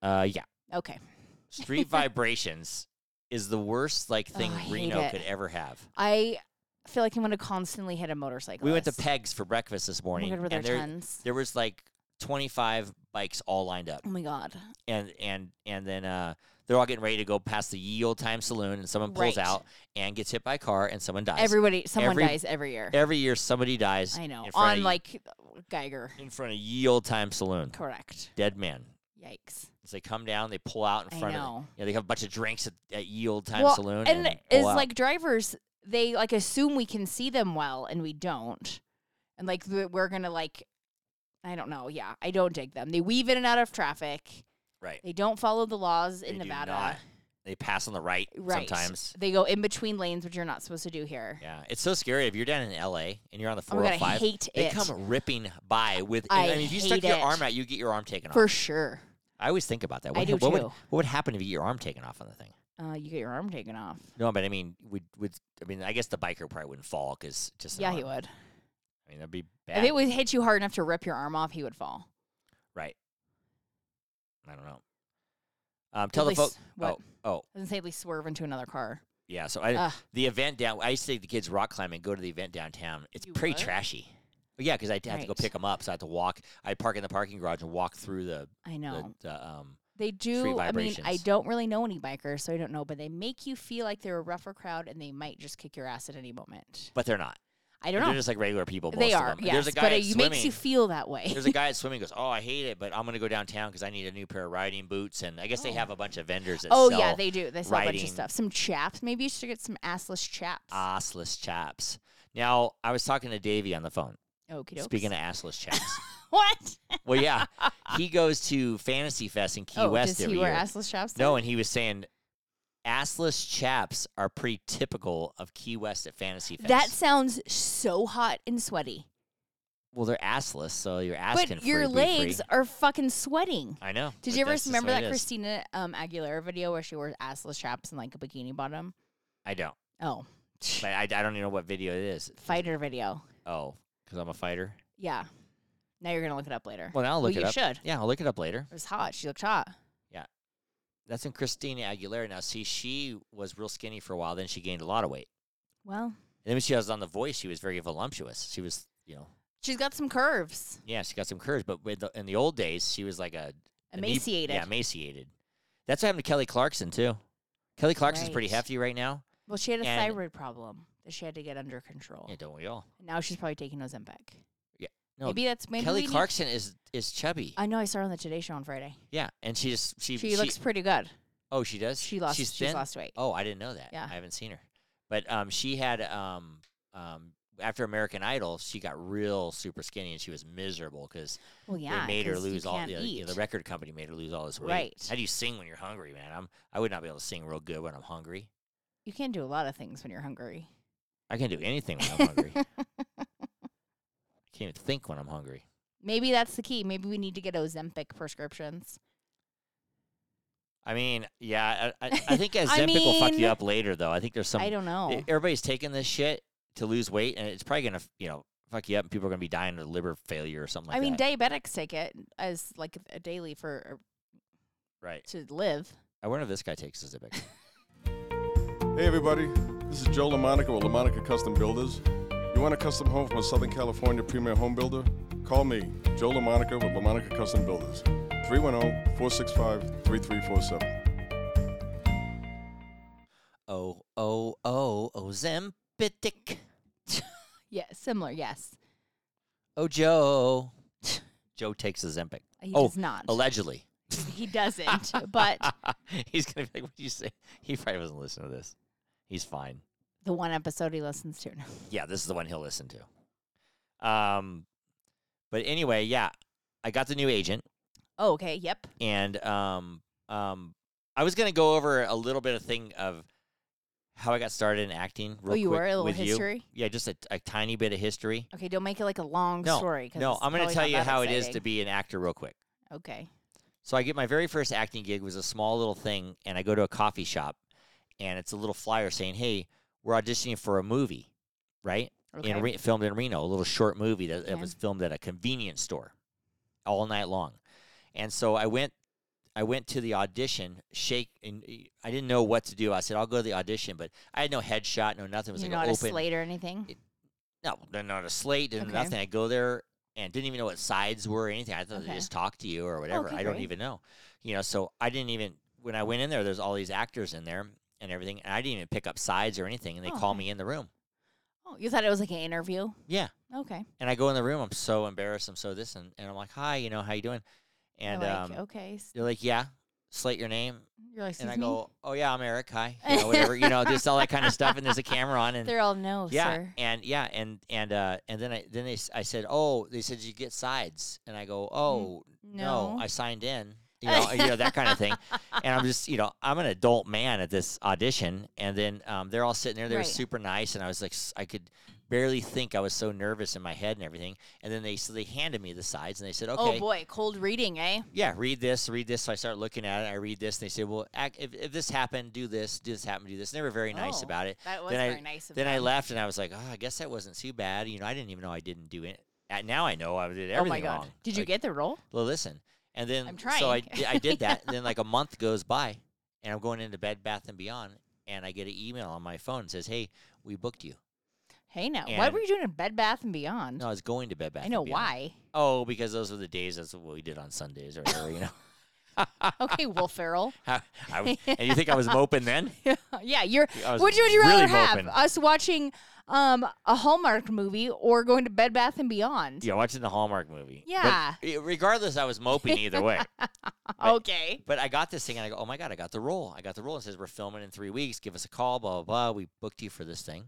Speaker 2: Uh, yeah,
Speaker 1: Okay,
Speaker 2: street vibrations is the worst like
Speaker 1: Oh,
Speaker 2: thing
Speaker 1: I hate
Speaker 2: Reno
Speaker 1: it.
Speaker 2: could ever have.
Speaker 1: I feel like I'm gonna constantly hit a motorcycle.
Speaker 2: We went to Pegs for breakfast this
Speaker 1: Oh my
Speaker 2: morning,
Speaker 1: god, were there
Speaker 2: and there,
Speaker 1: tons?
Speaker 2: there was like 25 bikes all lined up.
Speaker 1: Oh my god.
Speaker 2: and and and then uh, they're all getting ready to go past the ye old time saloon, and someone pulls
Speaker 1: Right.
Speaker 2: out and gets hit by a car, and someone dies.
Speaker 1: Everybody, someone
Speaker 2: Every-
Speaker 1: dies every year.
Speaker 2: Every year, somebody dies.
Speaker 1: I know.
Speaker 2: in front
Speaker 1: On
Speaker 2: of,
Speaker 1: like Geiger.
Speaker 2: in front of ye old time saloon,
Speaker 1: Correct.
Speaker 2: dead man.
Speaker 1: Yikes.
Speaker 2: As they come down, they pull out in
Speaker 1: I
Speaker 2: front of.
Speaker 1: know.
Speaker 2: The, you know, they have a bunch of drinks at, at ye old time
Speaker 1: Well,
Speaker 2: saloon,
Speaker 1: and
Speaker 2: pull
Speaker 1: is
Speaker 2: out.
Speaker 1: like drivers they like assume we can see them well and we don't and like th- we're gonna like i don't know yeah i don't dig them they weave in and out of traffic
Speaker 2: right
Speaker 1: they don't follow the laws in
Speaker 2: They do
Speaker 1: nevada
Speaker 2: not. They pass on the right,
Speaker 1: right
Speaker 2: sometimes.
Speaker 1: they go in between lanes which you're not supposed to do here
Speaker 2: Yeah, it's so scary if you're down in L.A. and you're on the
Speaker 1: oh my god
Speaker 2: 405.
Speaker 1: i hate
Speaker 2: they
Speaker 1: it
Speaker 2: come ripping by with.
Speaker 1: I
Speaker 2: mean, if you stuck
Speaker 1: hate
Speaker 2: your
Speaker 1: it.
Speaker 2: arm out, you get your arm taken off.
Speaker 1: for sure
Speaker 2: I always think about that.
Speaker 1: I
Speaker 2: What,
Speaker 1: do
Speaker 2: what Would,
Speaker 1: too.
Speaker 2: what would happen if you get your arm taken off on the thing?
Speaker 1: uh, you get your arm taken off
Speaker 2: No, but I mean, would would I mean? I guess the biker probably wouldn't fall because just an
Speaker 1: yeah he
Speaker 2: arm.
Speaker 1: would
Speaker 2: I mean, that'd be
Speaker 1: if
Speaker 2: bad,
Speaker 1: it would hit you hard enough to rip your arm off he would fall
Speaker 2: right? I don't know. Um, tell
Speaker 1: At
Speaker 2: the
Speaker 1: least-
Speaker 2: folks.
Speaker 1: what
Speaker 2: Oh, oh,
Speaker 1: doesn't say at least swerve into another car
Speaker 2: yeah. So I
Speaker 1: Ugh.
Speaker 2: the event down. I used to take the kids rock climbing, go to the event downtown. It's
Speaker 1: You
Speaker 2: pretty
Speaker 1: would?
Speaker 2: trashy. But yeah, because I had to go
Speaker 1: Right.
Speaker 2: pick them up, so I had to walk. I park in the parking garage and walk through the
Speaker 1: i know
Speaker 2: the, the um.
Speaker 1: They do. I mean, I
Speaker 2: vibrations.
Speaker 1: don't really know any bikers, so I don't know, but they make you feel like they're a rougher crowd and they might just kick your ass at any moment.
Speaker 2: But they're not.
Speaker 1: I don't
Speaker 2: They're
Speaker 1: know.
Speaker 2: just like regular people.
Speaker 1: They
Speaker 2: most
Speaker 1: are,
Speaker 2: Of them.
Speaker 1: yes,
Speaker 2: There's a guy
Speaker 1: but
Speaker 2: at
Speaker 1: it makes you
Speaker 2: swimming-
Speaker 1: feel that way.
Speaker 2: There's a guy at swimming goes, "Oh, I hate it, but I'm going to go downtown because I need a new pair of riding boots." And I guess they
Speaker 1: Oh.
Speaker 2: have a bunch of vendors that
Speaker 1: Oh
Speaker 2: sell
Speaker 1: yeah, they do. They sell a bunch of
Speaker 2: riding.
Speaker 1: stuff. Some chaps. Maybe you should get some assless chaps.
Speaker 2: Ah, assless chaps. Now, I was talking to Davey on the phone.
Speaker 1: Okie dokes.
Speaker 2: Speaking of assless chaps,
Speaker 1: what?
Speaker 2: well, yeah, he goes to Fantasy Fest in Key
Speaker 1: oh,
Speaker 2: West
Speaker 1: does
Speaker 2: every
Speaker 1: he wear
Speaker 2: year.
Speaker 1: assless chaps?
Speaker 2: no,
Speaker 1: then?
Speaker 2: and he was saying assless chaps are pretty typical of Key West at Fantasy Fest.
Speaker 1: that sounds so hot and sweaty.
Speaker 2: well, they're assless, so you're asking
Speaker 1: but
Speaker 2: for
Speaker 1: your
Speaker 2: it to be free.
Speaker 1: legs are fucking sweating.
Speaker 2: I know.
Speaker 1: Did
Speaker 2: but
Speaker 1: you ever
Speaker 2: that's just
Speaker 1: remember
Speaker 2: what
Speaker 1: that
Speaker 2: it is.
Speaker 1: Christina um, Aguilera video where she wore assless chaps and like a bikini bottom?
Speaker 2: I don't.
Speaker 1: Oh,
Speaker 2: But I, I don't even know what video it is.
Speaker 1: fighter video.
Speaker 2: Oh, because I'm a fighter.
Speaker 1: Yeah. Now you're gonna look it up later.
Speaker 2: Well, now I'll look
Speaker 1: you
Speaker 2: it up.
Speaker 1: should.
Speaker 2: Yeah, I'll look it up later.
Speaker 1: It was hot. She looked hot.
Speaker 2: That's in Christina Aguilera. Now, see, she was real skinny for a while. Then she gained a lot of weight.
Speaker 1: Well,
Speaker 2: And then when she was on The Voice, she was very voluptuous. She was, you know,
Speaker 1: she's got some curves.
Speaker 2: yeah, she got some courage. But with the, in the old days, she was like a a ne-
Speaker 1: Emaciated.
Speaker 2: yeah, emaciated. That's what happened to Kelly Clarkson too. Kelly Clarkson's pretty
Speaker 1: Right.
Speaker 2: hefty right now.
Speaker 1: Well, she had a
Speaker 2: And-
Speaker 1: thyroid problem that she had to get under control.
Speaker 2: Yeah, don't we all?
Speaker 1: Now she's probably taking Ozempic.
Speaker 2: Yeah. No,
Speaker 1: maybe that's maybe we
Speaker 2: Kelly
Speaker 1: need-
Speaker 2: Clarkson is is chubby.
Speaker 1: I know. I saw her on the Today Show on Friday.
Speaker 2: yeah, and she just she,
Speaker 1: She, looks pretty good.
Speaker 2: Oh, she does.
Speaker 1: She lost.
Speaker 2: She's
Speaker 1: She's
Speaker 2: thin.
Speaker 1: lost weight.
Speaker 2: Oh, I didn't know that.
Speaker 1: Yeah.
Speaker 2: I haven't seen her. But um, she had um, um, after American Idol, she got real super skinny and she was miserable because
Speaker 1: Well, yeah.
Speaker 2: they made her
Speaker 1: 'cause you
Speaker 2: lose all
Speaker 1: can't
Speaker 2: the, you know, the
Speaker 1: eat.
Speaker 2: record company made her lose all this weight.
Speaker 1: Right.
Speaker 2: How do you sing when you're hungry, man? I'm I would not be able to sing real good when I'm hungry.
Speaker 1: You can do a lot of things when you're hungry.
Speaker 2: I can do anything when I'm hungry. I can't even think when I'm hungry.
Speaker 1: Maybe that's the key. Maybe we need to get Ozempic prescriptions.
Speaker 2: I mean, yeah, I, I, I think Ozempic will fuck
Speaker 1: mean,
Speaker 2: you up later, though. I think there's some.
Speaker 1: I don't know.
Speaker 2: e- Everybody's taking this shit to lose weight, and it's probably gonna, f- you know, fuck you up, and people are gonna be dying of liver failure or something like
Speaker 1: I mean,
Speaker 2: that.
Speaker 1: diabetics take it as like a daily for er,
Speaker 2: right?
Speaker 1: to live.
Speaker 2: I wonder if this guy takes Ozempic.
Speaker 3: Hey everybody, this is Joe LaMonica with LaMonica Custom Builders. You want a custom home from a Southern California premier home builder? Call me, Joe LaMonica with LaMonica Custom Builders, 310-465-3347.
Speaker 2: oh, oh, oh, Ozempic.
Speaker 1: Yeah, similar. Yes,
Speaker 2: Oh, Joe. Joe takes Ozempic.
Speaker 1: he
Speaker 2: Oh,
Speaker 1: does not.
Speaker 2: Allegedly.
Speaker 1: he doesn't. But
Speaker 2: He's gonna be like, "What did you say?" He probably wasn't listening to this. He's fine.
Speaker 1: the one episode he listens to.
Speaker 2: yeah, this is the one he'll listen to. Um, but anyway, yeah, I got the new agent,
Speaker 1: Oh, okay. Yep.
Speaker 2: and um, um, I was gonna go over a little bit of thing of how I got started in acting. Real
Speaker 1: oh, you
Speaker 2: quick
Speaker 1: were a little
Speaker 2: with you.
Speaker 1: history.
Speaker 2: Yeah, just a, a tiny bit of history.
Speaker 1: Okay, don't make it like a long
Speaker 2: No,
Speaker 1: story. 'cause
Speaker 2: No,
Speaker 1: it's
Speaker 2: I'm gonna
Speaker 1: probably
Speaker 2: tell
Speaker 1: not
Speaker 2: you
Speaker 1: that
Speaker 2: how it is to
Speaker 1: exciting.
Speaker 2: be an actor, real quick.
Speaker 1: Okay.
Speaker 2: So I get my very first acting gig was a small little thing, and I go to a coffee shop, and it's a little flyer saying, "Hey, we're auditioning for a movie, right?"
Speaker 1: Okay.
Speaker 2: in Re- filmed in Reno, a little short movie that, that
Speaker 1: Okay.
Speaker 2: was filmed at a convenience store all night long. And so I went I went to the audition, shake and eh, I didn't know what to do. I said I'll go to the audition, but I had no headshot, no nothing. It was
Speaker 1: You're
Speaker 2: like
Speaker 1: not
Speaker 2: an
Speaker 1: a
Speaker 2: open
Speaker 1: slate or anything.
Speaker 2: it- No, no, not a slate, didn't
Speaker 1: Okay.
Speaker 2: nothing. I go there and didn't even know what sides were or anything. I thought
Speaker 1: Okay.
Speaker 2: they just talked to you or whatever.
Speaker 1: Okay,
Speaker 2: I don't
Speaker 1: great.
Speaker 2: even know. You know, so I didn't even when I went in there there's all these actors in there and everything and I didn't even pick up sides or anything and they
Speaker 1: Oh,
Speaker 2: call
Speaker 1: okay.
Speaker 2: me in the room.
Speaker 1: oh, you thought it was like an interview?
Speaker 2: Yeah.
Speaker 1: Okay.
Speaker 2: And I go in the room. I'm so embarrassed. I'm so this, and, and I'm like, "Hi, you know, how you doing?"
Speaker 1: You're
Speaker 2: And
Speaker 1: like,
Speaker 2: um,
Speaker 1: okay. s-
Speaker 2: they're like, "Yeah, slate your name."
Speaker 1: You're like,
Speaker 2: and I
Speaker 1: "Excuse me?"
Speaker 2: go, "Oh yeah, I'm Eric. Hi, you know, whatever. you know, just all that kind of stuff." And there's a camera on, and
Speaker 1: They're all no,
Speaker 2: yeah,
Speaker 1: sir.
Speaker 2: and yeah, and and uh, and then I then they s- I said, "Oh, they said you get sides," and I
Speaker 1: Mm-hmm.
Speaker 2: go, "Oh no,
Speaker 1: no.
Speaker 2: I signed in." You know, you know that kind of thing, and I'm just, you know, I'm an adult man at this audition, and then um, they're all sitting there. They were
Speaker 1: Right.
Speaker 2: super nice, and I was like, s- I could barely think. I was so nervous in my head and everything. And then they, so they handed me the sides, and they said, "Okay,
Speaker 1: Oh boy, cold reading, eh?
Speaker 2: yeah, read this, read this. So I start looking at it. I read this, and they say, "Well, act, if, if this happened, do this. Do this happen? Do this." And they were very nice
Speaker 1: Oh,
Speaker 2: about it.
Speaker 1: That was
Speaker 2: Then I-
Speaker 1: very nice of
Speaker 2: Then I
Speaker 1: them.
Speaker 2: left, and I was like, "Oh, I guess that wasn't too bad." You know, I didn't even know I didn't do it. Uh, Now I know I did everything
Speaker 1: oh my god.
Speaker 2: wrong.
Speaker 1: Did you
Speaker 2: Like,
Speaker 1: get the role?
Speaker 2: Well, listen, and then
Speaker 1: I'm
Speaker 2: So I,
Speaker 1: trying.
Speaker 2: di- I did that. and then like a month goes by, and I'm going into Bed Bath and Beyond, and I get an email on my phone that says, "Hey, we booked you."
Speaker 1: Hey now. What
Speaker 2: and-
Speaker 1: were you doing at Bed Bath and Beyond?
Speaker 2: No, I was going to Bed Bath.
Speaker 1: I know
Speaker 2: and Beyond.
Speaker 1: why.
Speaker 2: Oh, because those were the days. That's what we did on Sundays or whatever. You know,
Speaker 1: okay, Will Ferrell.
Speaker 2: I, w- and you think I was moping then?
Speaker 1: yeah, you're
Speaker 2: I was
Speaker 1: Which would you rather
Speaker 2: really
Speaker 1: have? uh,
Speaker 2: moping.
Speaker 1: Us watching um, a Hallmark movie or going to Bed Bath and Beyond?
Speaker 2: Yeah, watching the Hallmark movie. But
Speaker 1: Yeah.
Speaker 2: i- regardless, I was moping either way. but-
Speaker 1: okay.
Speaker 2: But I got this thing and I go, oh my God, I got the role. I got the role. It says, we're filming in three weeks. Give us a call, blah, blah, blah. We booked you for this thing.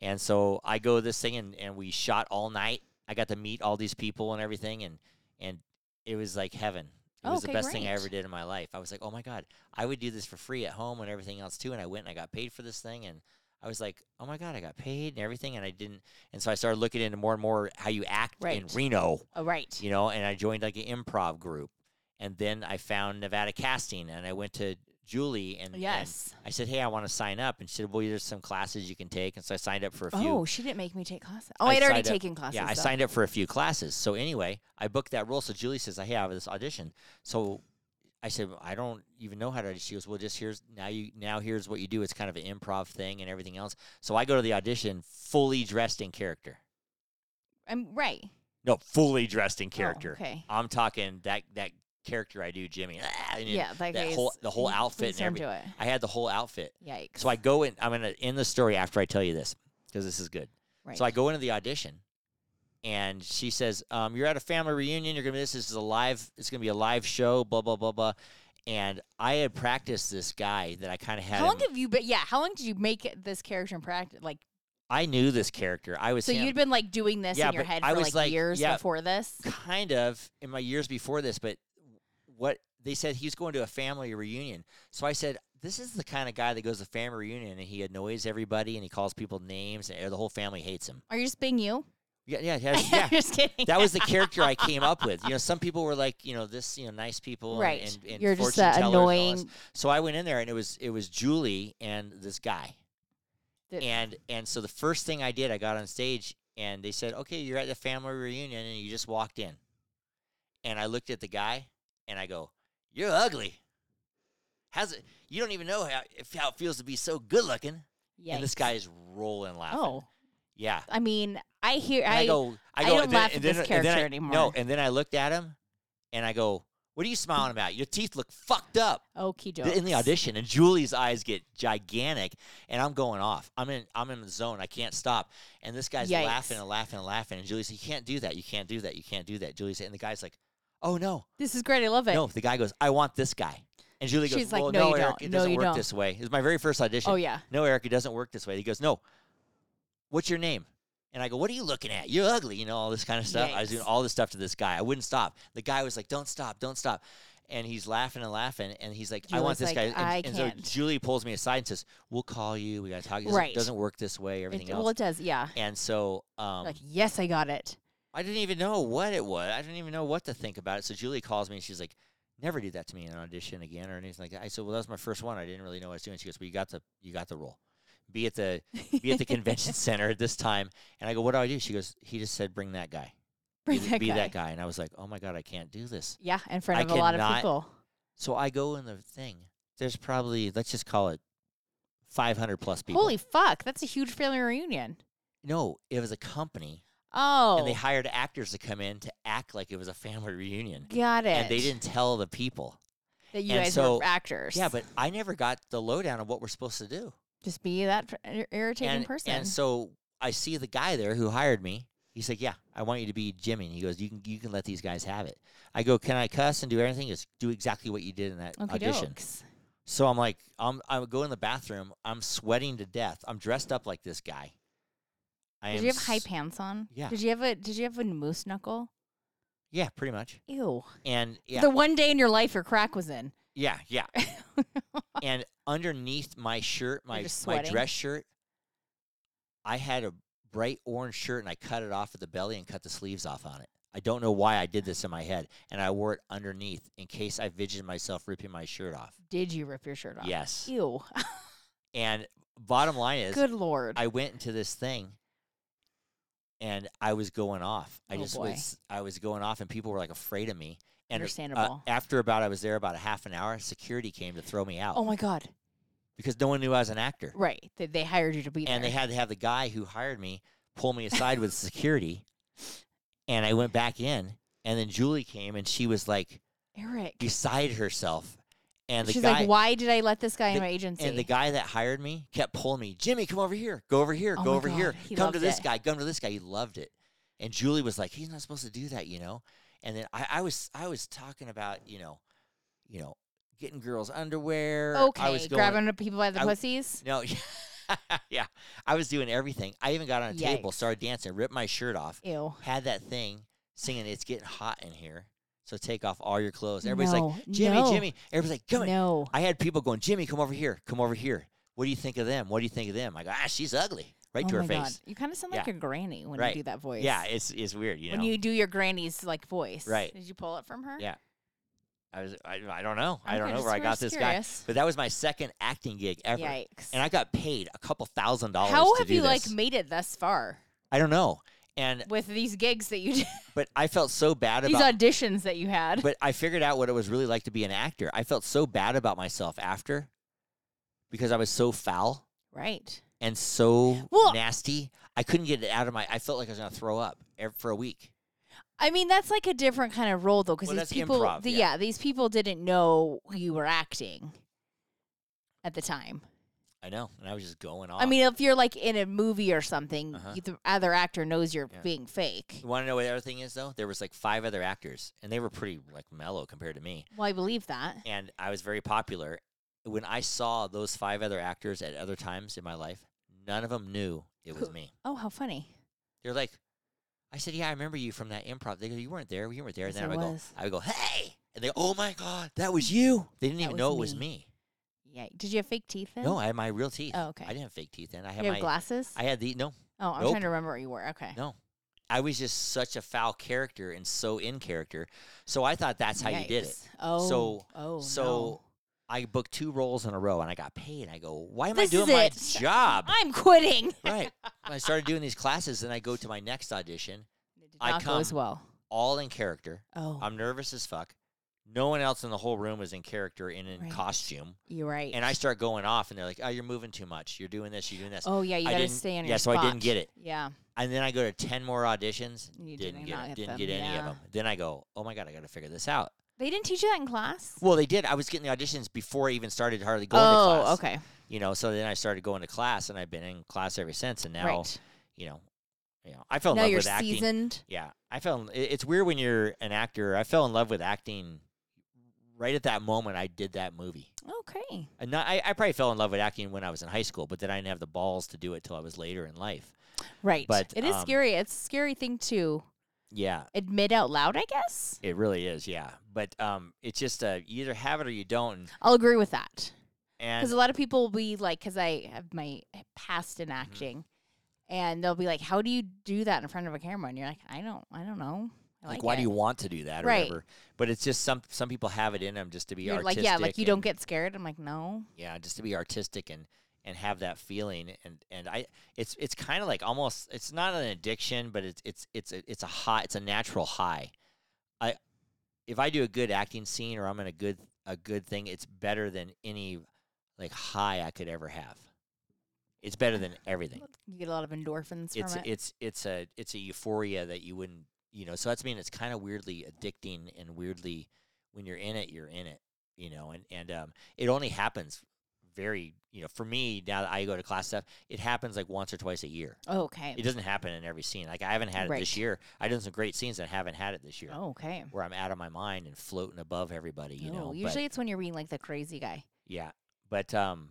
Speaker 2: And so I go this thing and, and we shot all night. I got to meet all these people and everything. And, and it was like heaven. It was the
Speaker 1: Okay,
Speaker 2: best thing I
Speaker 1: great.
Speaker 2: ever did in my life. I was like, oh my God, I would do this for free at home and everything else too. And I went and I got paid for this thing. And I was like, oh my God, I got paid and everything. And I didn't. And so I started looking into more and more how you act in
Speaker 1: Right.
Speaker 2: Reno
Speaker 1: Oh, right.
Speaker 2: you know, and I joined like an improv group. And then I found Nevada Casting and I went to Julie and, and
Speaker 1: Yes.
Speaker 2: I said, Hey, I want to sign up. And she said, Well, there's some classes you can take. And so I signed up for a few.
Speaker 1: Oh, she didn't make me take classes. Oh,
Speaker 2: I
Speaker 1: I would already
Speaker 2: signed up-
Speaker 1: taken classes.
Speaker 2: yeah, I
Speaker 1: though.
Speaker 2: signed up for a few classes. So anyway, I booked that role. So Julie says, Hey, I have this audition. So I said, "Well, I don't even know how to. She goes, well, just here's now you now here's what you do. It's kind of an improv thing and everything else. So I go to the audition fully dressed in character.
Speaker 1: I'm right.
Speaker 2: No, fully dressed in
Speaker 1: Oh,
Speaker 2: character.
Speaker 1: okay.
Speaker 2: I'm talking that that character I do, Jimmy. Ah, and
Speaker 1: Yeah, like
Speaker 2: that
Speaker 1: I
Speaker 2: whole
Speaker 1: s-
Speaker 2: the whole
Speaker 1: y-
Speaker 2: outfit
Speaker 1: please
Speaker 2: and
Speaker 1: don't
Speaker 2: everything.
Speaker 1: do it.
Speaker 2: I had the whole outfit.
Speaker 1: Yikes.
Speaker 2: So I go in. I'm gonna end the story after I tell you this because this is good.
Speaker 1: right.
Speaker 2: So I go into the audition, and she says, um, "You're at a family reunion. You're gonna be this. This is a live. It's gonna be a live show. Blah blah blah blah." And I had practiced this guy that I kind of had.
Speaker 1: How long
Speaker 2: him-
Speaker 1: have you been? Yeah, how long did you make it- this character in practice? Like,
Speaker 2: I knew this character. I was
Speaker 1: so
Speaker 2: him
Speaker 1: you'd been like doing this
Speaker 2: Yeah,
Speaker 1: in your
Speaker 2: but
Speaker 1: head
Speaker 2: I
Speaker 1: for
Speaker 2: was
Speaker 1: like,
Speaker 2: like-
Speaker 1: years
Speaker 2: yeah.
Speaker 1: before this.
Speaker 2: kind of in my years before this, but what they said he was going to a family reunion. So I said, This is the kind of guy that goes to family reunion and he annoys everybody and he calls people names and the whole family hates him.
Speaker 1: Are you just being you?
Speaker 2: Yeah, yeah, yeah. Uh, yeah.
Speaker 1: I'm just kidding.
Speaker 2: that was the character I came up with. You know, some people were like, you know, this, you know, nice people, and-
Speaker 1: right.
Speaker 2: And, and,
Speaker 1: You're just
Speaker 2: fortune
Speaker 1: that
Speaker 2: tellers and all this.
Speaker 1: annoying.
Speaker 2: So I went in there, and it was it was Julie and this guy,
Speaker 1: That-
Speaker 2: and and so the first thing I did, I got on stage, and they said, "Okay, you're at the family reunion," and you just walked in, and I looked at the guy, and I go, "You're ugly. How's it? You don't even know how, if- how it feels to be so good looking." And this
Speaker 1: Yikes.
Speaker 2: guy is rolling laughing.
Speaker 1: Oh,
Speaker 2: yeah.
Speaker 1: I mean, I hear.
Speaker 2: And I, go, I
Speaker 1: I
Speaker 2: go,
Speaker 1: don't
Speaker 2: and
Speaker 1: laugh at
Speaker 2: and
Speaker 1: this
Speaker 2: and
Speaker 1: character
Speaker 2: I-
Speaker 1: anymore.
Speaker 2: No, and then I looked at him, and I go, "What are you smiling about? Your teeth look fucked up."
Speaker 1: Okie doke.
Speaker 2: th- in the audition and Julie's eyes get gigantic and I'm going off. I'm in I'm in the zone. I can't stop. And this guy's
Speaker 1: Yikes.
Speaker 2: laughing and laughing and laughing and Julie said, You can't do that. You can't do that. You can't do that. Julie said and the guy's like, Oh no.
Speaker 1: This is great. I love it.
Speaker 2: no. The guy goes, I want this guy. And Julie goes,
Speaker 1: She's like,
Speaker 2: Well,
Speaker 1: "No, you
Speaker 2: Eric,
Speaker 1: don't.
Speaker 2: it
Speaker 1: No,
Speaker 2: doesn't
Speaker 1: you
Speaker 2: work
Speaker 1: don't."
Speaker 2: this way. It was my very first audition.
Speaker 1: Oh yeah.
Speaker 2: No, Eric, it doesn't work this way. He goes, No. What's your name? And I go, What are you looking at? You're ugly, you know, all this kind of stuff. I was doing
Speaker 1: Yikes.
Speaker 2: all this stuff to this guy. I wouldn't stop. The guy was like, Don't stop, don't stop. And he's laughing and laughing, and he's like, "I want
Speaker 1: Julie's
Speaker 2: this
Speaker 1: like,
Speaker 2: guy." And,
Speaker 1: "I
Speaker 2: and so
Speaker 1: can't."
Speaker 2: Julie pulls me aside and says, "We'll call you. We gotta talk. It doesn't,
Speaker 1: Right.
Speaker 2: doesn't work this way.
Speaker 1: It,
Speaker 2: Everything else."
Speaker 1: well, it does. Yeah.
Speaker 2: and so, um,
Speaker 1: like yes, I got it.
Speaker 2: I didn't even know what it was. I didn't even know what to think about it. So Julie calls me and she's like, "Never do that to me in an audition again or anything like that." I said, "Well, that was my first one. I didn't really know what I was doing." She goes, "Well, you got the you got the role. Be at the be at the convention center at this time." And I go, "What do I do?" She goes, "He just said bring that guy.
Speaker 1: Bring
Speaker 2: be,
Speaker 1: that
Speaker 2: be
Speaker 1: guy.
Speaker 2: that guy." And I was like, "Oh my god, I can't do this."
Speaker 1: Yeah, in front
Speaker 2: I
Speaker 1: of a lot of
Speaker 2: cannot-
Speaker 1: people.
Speaker 2: So I go in the thing. There's probably let's just call it 500 plus people.
Speaker 1: Holy fuck, that's a huge family reunion.
Speaker 2: no, it was a company,
Speaker 1: Oh,
Speaker 2: and they hired actors to come in to act like it was a family reunion.
Speaker 1: got it.
Speaker 2: And they didn't tell the people.
Speaker 1: That you
Speaker 2: and
Speaker 1: guys
Speaker 2: so-
Speaker 1: were actors.
Speaker 2: Yeah, but I never got the lowdown of what we're supposed to do.
Speaker 1: just be that fr- ir- irritating
Speaker 2: and,
Speaker 1: person.
Speaker 2: and so I see the guy there who hired me. He's like, "Yeah, I want you to be Jimmy." And he goes, "You can you can let these guys have it." I go, "Can I cuss and do everything?" It's do exactly what you did in that
Speaker 1: Okey
Speaker 2: audition.
Speaker 1: dokes.
Speaker 2: So I'm like, I'm I would go in the bathroom. I'm sweating to death. I'm dressed up like this guy. I
Speaker 1: Did
Speaker 2: am
Speaker 1: you have high
Speaker 2: s-
Speaker 1: pants on?
Speaker 2: Yeah.
Speaker 1: Did you have a Did you have a moose knuckle?
Speaker 2: Yeah, pretty much.
Speaker 1: Ew.
Speaker 2: And yeah,
Speaker 1: The one day in your life your crack was in.
Speaker 2: Yeah, yeah. and underneath my shirt, my
Speaker 1: just
Speaker 2: my
Speaker 1: sweating?
Speaker 2: dress shirt, I had a bright orange shirt and I cut it off at the belly and cut the sleeves off on it. I don't know why I did this in my head, and I wore it underneath in case I visioned myself ripping my shirt off.
Speaker 1: Did you rip your shirt off?
Speaker 2: Yes.
Speaker 1: Ew.
Speaker 2: And bottom line is,
Speaker 1: Good lord.
Speaker 2: I went into this thing and I was going off. I
Speaker 1: Oh,
Speaker 2: just
Speaker 1: boy.
Speaker 2: was I was going off and people were like afraid of me. And uh,
Speaker 1: Understandable.
Speaker 2: after about I was there about a half an hour, security came to throw me out
Speaker 1: oh my god.
Speaker 2: because no one knew I was an actor.
Speaker 1: Right. They, they hired you to be there.
Speaker 2: and they had to have the guy who hired me pull me aside with security and i went back in and then julie came and she was like
Speaker 1: Eric.
Speaker 2: beside herself and the
Speaker 1: She's
Speaker 2: guy
Speaker 1: like, why did I let this guy in
Speaker 2: the-
Speaker 1: my agency?
Speaker 2: and the guy that hired me kept pulling me jimmy come over here go over here
Speaker 1: Oh
Speaker 2: go
Speaker 1: my
Speaker 2: over
Speaker 1: God,
Speaker 2: here
Speaker 1: he
Speaker 2: come to
Speaker 1: loved
Speaker 2: this
Speaker 1: it.
Speaker 2: guy come to this guy he loved it and julie was like he's not supposed to do that you know and then i, I was i was talking about you know you know getting girls underwear i was
Speaker 1: okay,
Speaker 2: going
Speaker 1: grabbing people by the
Speaker 2: I w-
Speaker 1: pussies.
Speaker 2: no, yeah, I was doing everything. I even got on a table,
Speaker 1: Yikes.
Speaker 2: started dancing, ripped my shirt off,
Speaker 1: Ew.
Speaker 2: had that thing singing, "It's getting hot in here, so take off all your clothes." Everybody's
Speaker 1: No,
Speaker 2: like, "Jimmy,
Speaker 1: no,
Speaker 2: Jimmy!" Everybody's like, "Come." in.
Speaker 1: No.
Speaker 2: I had people going, "Jimmy, come over here, come over here." What do you think of them? What do you think of them? I go, "Ah, she's ugly," right to
Speaker 1: oh
Speaker 2: her
Speaker 1: my God.
Speaker 2: face.
Speaker 1: You kind of sound
Speaker 2: Yeah.
Speaker 1: like a granny when
Speaker 2: Right.
Speaker 1: you do that voice.
Speaker 2: Yeah, it's it's weird, you know.
Speaker 1: When you do your granny's like voice.
Speaker 2: Right.
Speaker 1: Did you pull it from her?
Speaker 2: Yeah. I was I, I don't know I
Speaker 1: Okay,
Speaker 2: don't know
Speaker 1: just
Speaker 2: where I got
Speaker 1: was
Speaker 2: this
Speaker 1: curious.
Speaker 2: guy, but that was my second acting gig ever,
Speaker 1: Yikes.
Speaker 2: and I got paid a couple thousand dollars.
Speaker 1: How
Speaker 2: to
Speaker 1: have
Speaker 2: do
Speaker 1: you
Speaker 2: this.
Speaker 1: like made it thus far
Speaker 2: I don't know, and
Speaker 1: with these gigs that you did,
Speaker 2: but I felt so bad
Speaker 1: these
Speaker 2: about.
Speaker 1: auditions that you had?
Speaker 2: but I figured out what it was really like to be an actor. I felt so bad about myself after because I was so foul
Speaker 1: right.
Speaker 2: and so
Speaker 1: Well-
Speaker 2: nasty. I couldn't get it out of my. I felt like I was gonna throw up ev- for a week.
Speaker 1: I mean, that's like a different kind of role though, because
Speaker 2: Well,
Speaker 1: these
Speaker 2: that's
Speaker 1: people,
Speaker 2: improv,
Speaker 1: the-
Speaker 2: yeah.
Speaker 1: these people didn't know you were acting at the time.
Speaker 2: I know, and I was just going off.
Speaker 1: I mean, if you're like in a movie or something,
Speaker 2: Uh-huh.
Speaker 1: you, the other actor knows you're
Speaker 2: Yeah.
Speaker 1: being fake.
Speaker 2: you want to know what the other thing is though? There was like five other actors, and they were pretty like mellow compared to me.
Speaker 1: Well, I believe that.
Speaker 2: and I was very popular. When I saw those five other actors at other times in my life, none of them knew it was
Speaker 1: Who-
Speaker 2: me.
Speaker 1: Oh, how funny!
Speaker 2: They're like, I said, "Yeah, I remember you from that improv." They go, "You weren't there. You weren't there." And
Speaker 1: Yes,
Speaker 2: then
Speaker 1: I
Speaker 2: I would go,
Speaker 1: was.
Speaker 2: "I would go, hey!" And they, go, "Oh my god, that was you!" They didn't
Speaker 1: That
Speaker 2: even
Speaker 1: was
Speaker 2: know it was
Speaker 1: me.
Speaker 2: me.
Speaker 1: Yeah. Did you have fake teeth then?
Speaker 2: No, I had my real teeth.
Speaker 1: Oh, okay.
Speaker 2: I didn't have fake teeth then. I
Speaker 1: you
Speaker 2: had
Speaker 1: have
Speaker 2: my.
Speaker 1: glasses.
Speaker 2: I had the no,
Speaker 1: oh, I'm
Speaker 2: Nope.
Speaker 1: trying to remember what you were. Okay.
Speaker 2: no. I was just such a foul character and so in character. So I thought that's how you did it.
Speaker 1: Yikes. Oh.
Speaker 2: So-
Speaker 1: Oh.
Speaker 2: so I booked two roles in a row and I got paid. I go, why am
Speaker 1: This is
Speaker 2: I doing my
Speaker 1: it.
Speaker 2: job?
Speaker 1: no. I'm quitting.
Speaker 2: right. When I started doing these classes, then I go to my next audition,
Speaker 1: It did
Speaker 2: I
Speaker 1: not go as
Speaker 2: come.
Speaker 1: well.
Speaker 2: all in character.
Speaker 1: Oh,
Speaker 2: I'm nervous as fuck. No one else in the whole room is in character and in
Speaker 1: Right.
Speaker 2: costume.
Speaker 1: you're right.
Speaker 2: And I start going off, and they're like, "Oh, you're moving too much. You're doing this. You're doing this."
Speaker 1: oh yeah, you
Speaker 2: I
Speaker 1: got to
Speaker 2: didn't-
Speaker 1: stay on
Speaker 2: yeah,
Speaker 1: your
Speaker 2: so I didn't
Speaker 1: spot.
Speaker 2: get it.
Speaker 1: Yeah.
Speaker 2: And then I go to ten more auditions.
Speaker 1: You did not
Speaker 2: didn't get it.
Speaker 1: get
Speaker 2: didn't
Speaker 1: them,
Speaker 2: get any of
Speaker 1: yeah.
Speaker 2: them. Then I go, "Oh my god, I got to figure this out."
Speaker 1: They didn't teach you that in class.
Speaker 2: Well, they did. I was getting the auditions before I even started hardly going to class.
Speaker 1: oh, okay.
Speaker 2: You know, so then I started going to class, and I've been in class ever since. And now,
Speaker 1: right.
Speaker 2: you know, you know, I fell in
Speaker 1: Now
Speaker 2: love
Speaker 1: you're
Speaker 2: with acting.
Speaker 1: seasoned.
Speaker 2: Yeah, I fell. In, it- it's weird when you're an actor. I fell in love with acting right at that moment. I did that movie,
Speaker 1: Okay.
Speaker 2: and not, I, I probably fell in love with acting when I was in high school, but then I didn't have the balls to do it till I was later in life.
Speaker 1: Right.
Speaker 2: But,
Speaker 1: it is
Speaker 2: um,
Speaker 1: scary. It's a scary thing to
Speaker 2: Yeah,
Speaker 1: admit out loud, I guess.
Speaker 2: it really is. Yeah, but um, it's just uh, you either have it or you don't.
Speaker 1: I'll agree with that.
Speaker 2: And
Speaker 1: Because a lot of people will be like, because I have my past in
Speaker 2: Mm-hmm.
Speaker 1: acting, and they'll be like, "How do you do that in front of a camera?" And you're like, "I don't, I don't know." I
Speaker 2: like, why
Speaker 1: it."
Speaker 2: do you want to do that or
Speaker 1: Right.
Speaker 2: whatever? But it's just some some people have it in them just to be
Speaker 1: You're like,
Speaker 2: artistic.
Speaker 1: yeah, like you don't
Speaker 2: and-
Speaker 1: get scared. I'm like, no,
Speaker 2: yeah just to be artistic and and have that feeling and and i it's it's kind of like almost it's not an addiction but it's it's it's a, it's a high it's a natural high i if i do a good acting scene or i'm in a good a good thing it's better than any like high i could ever have it's better than everything
Speaker 1: you get a lot of endorphins
Speaker 2: it's
Speaker 1: from it.
Speaker 2: it's it's a it's a euphoria that you wouldn't you know so that's mean it's kind of weirdly addicting and weirdly when you're in it you're in it you know and and um it only happens very you know for me now that I go to class stuff it happens like once or twice a year
Speaker 1: Oh, okay.
Speaker 2: it doesn't happen in every scene like I haven't had it
Speaker 1: Right.
Speaker 2: this year I did some great scenes that I haven't had it this year
Speaker 1: Oh, okay.
Speaker 2: where I'm out of my mind and floating above everybody you
Speaker 1: No,
Speaker 2: know
Speaker 1: usually it's when you're being like the crazy guy.
Speaker 2: but, yeah but um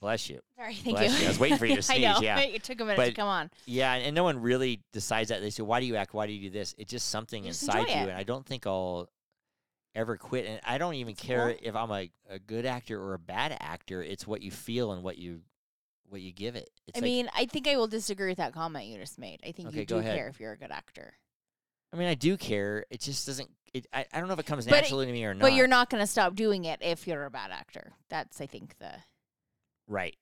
Speaker 2: bless you
Speaker 1: Sorry, thank
Speaker 2: Bless
Speaker 1: you.
Speaker 2: you. I was waiting for you to
Speaker 1: I
Speaker 2: sneeze,
Speaker 1: know.
Speaker 2: yeah.
Speaker 1: it took a minute to
Speaker 2: But
Speaker 1: come on.
Speaker 2: Yeah, and, and no one really decides that. They say, "Why do you act? Why do you do this?" It's just something
Speaker 1: You just
Speaker 2: inside
Speaker 1: enjoy
Speaker 2: you,
Speaker 1: it.
Speaker 2: and I don't think I'll ever quit. And I don't even
Speaker 1: That's
Speaker 2: care
Speaker 1: cool.
Speaker 2: if I'm a, a good actor or a bad actor. It's what you feel and what you what you give it. It's
Speaker 1: I
Speaker 2: like-
Speaker 1: mean, I think I will disagree with that comment you just made. I think
Speaker 2: Okay,
Speaker 1: you
Speaker 2: go
Speaker 1: do
Speaker 2: ahead.
Speaker 1: care if you're a good actor,
Speaker 2: I mean, I do care. It just doesn't. It, I, I don't know if it comes
Speaker 1: But it-
Speaker 2: naturally to me or not.
Speaker 1: but you're not going to stop doing it if you're a bad actor. That's, I think, the.
Speaker 2: right,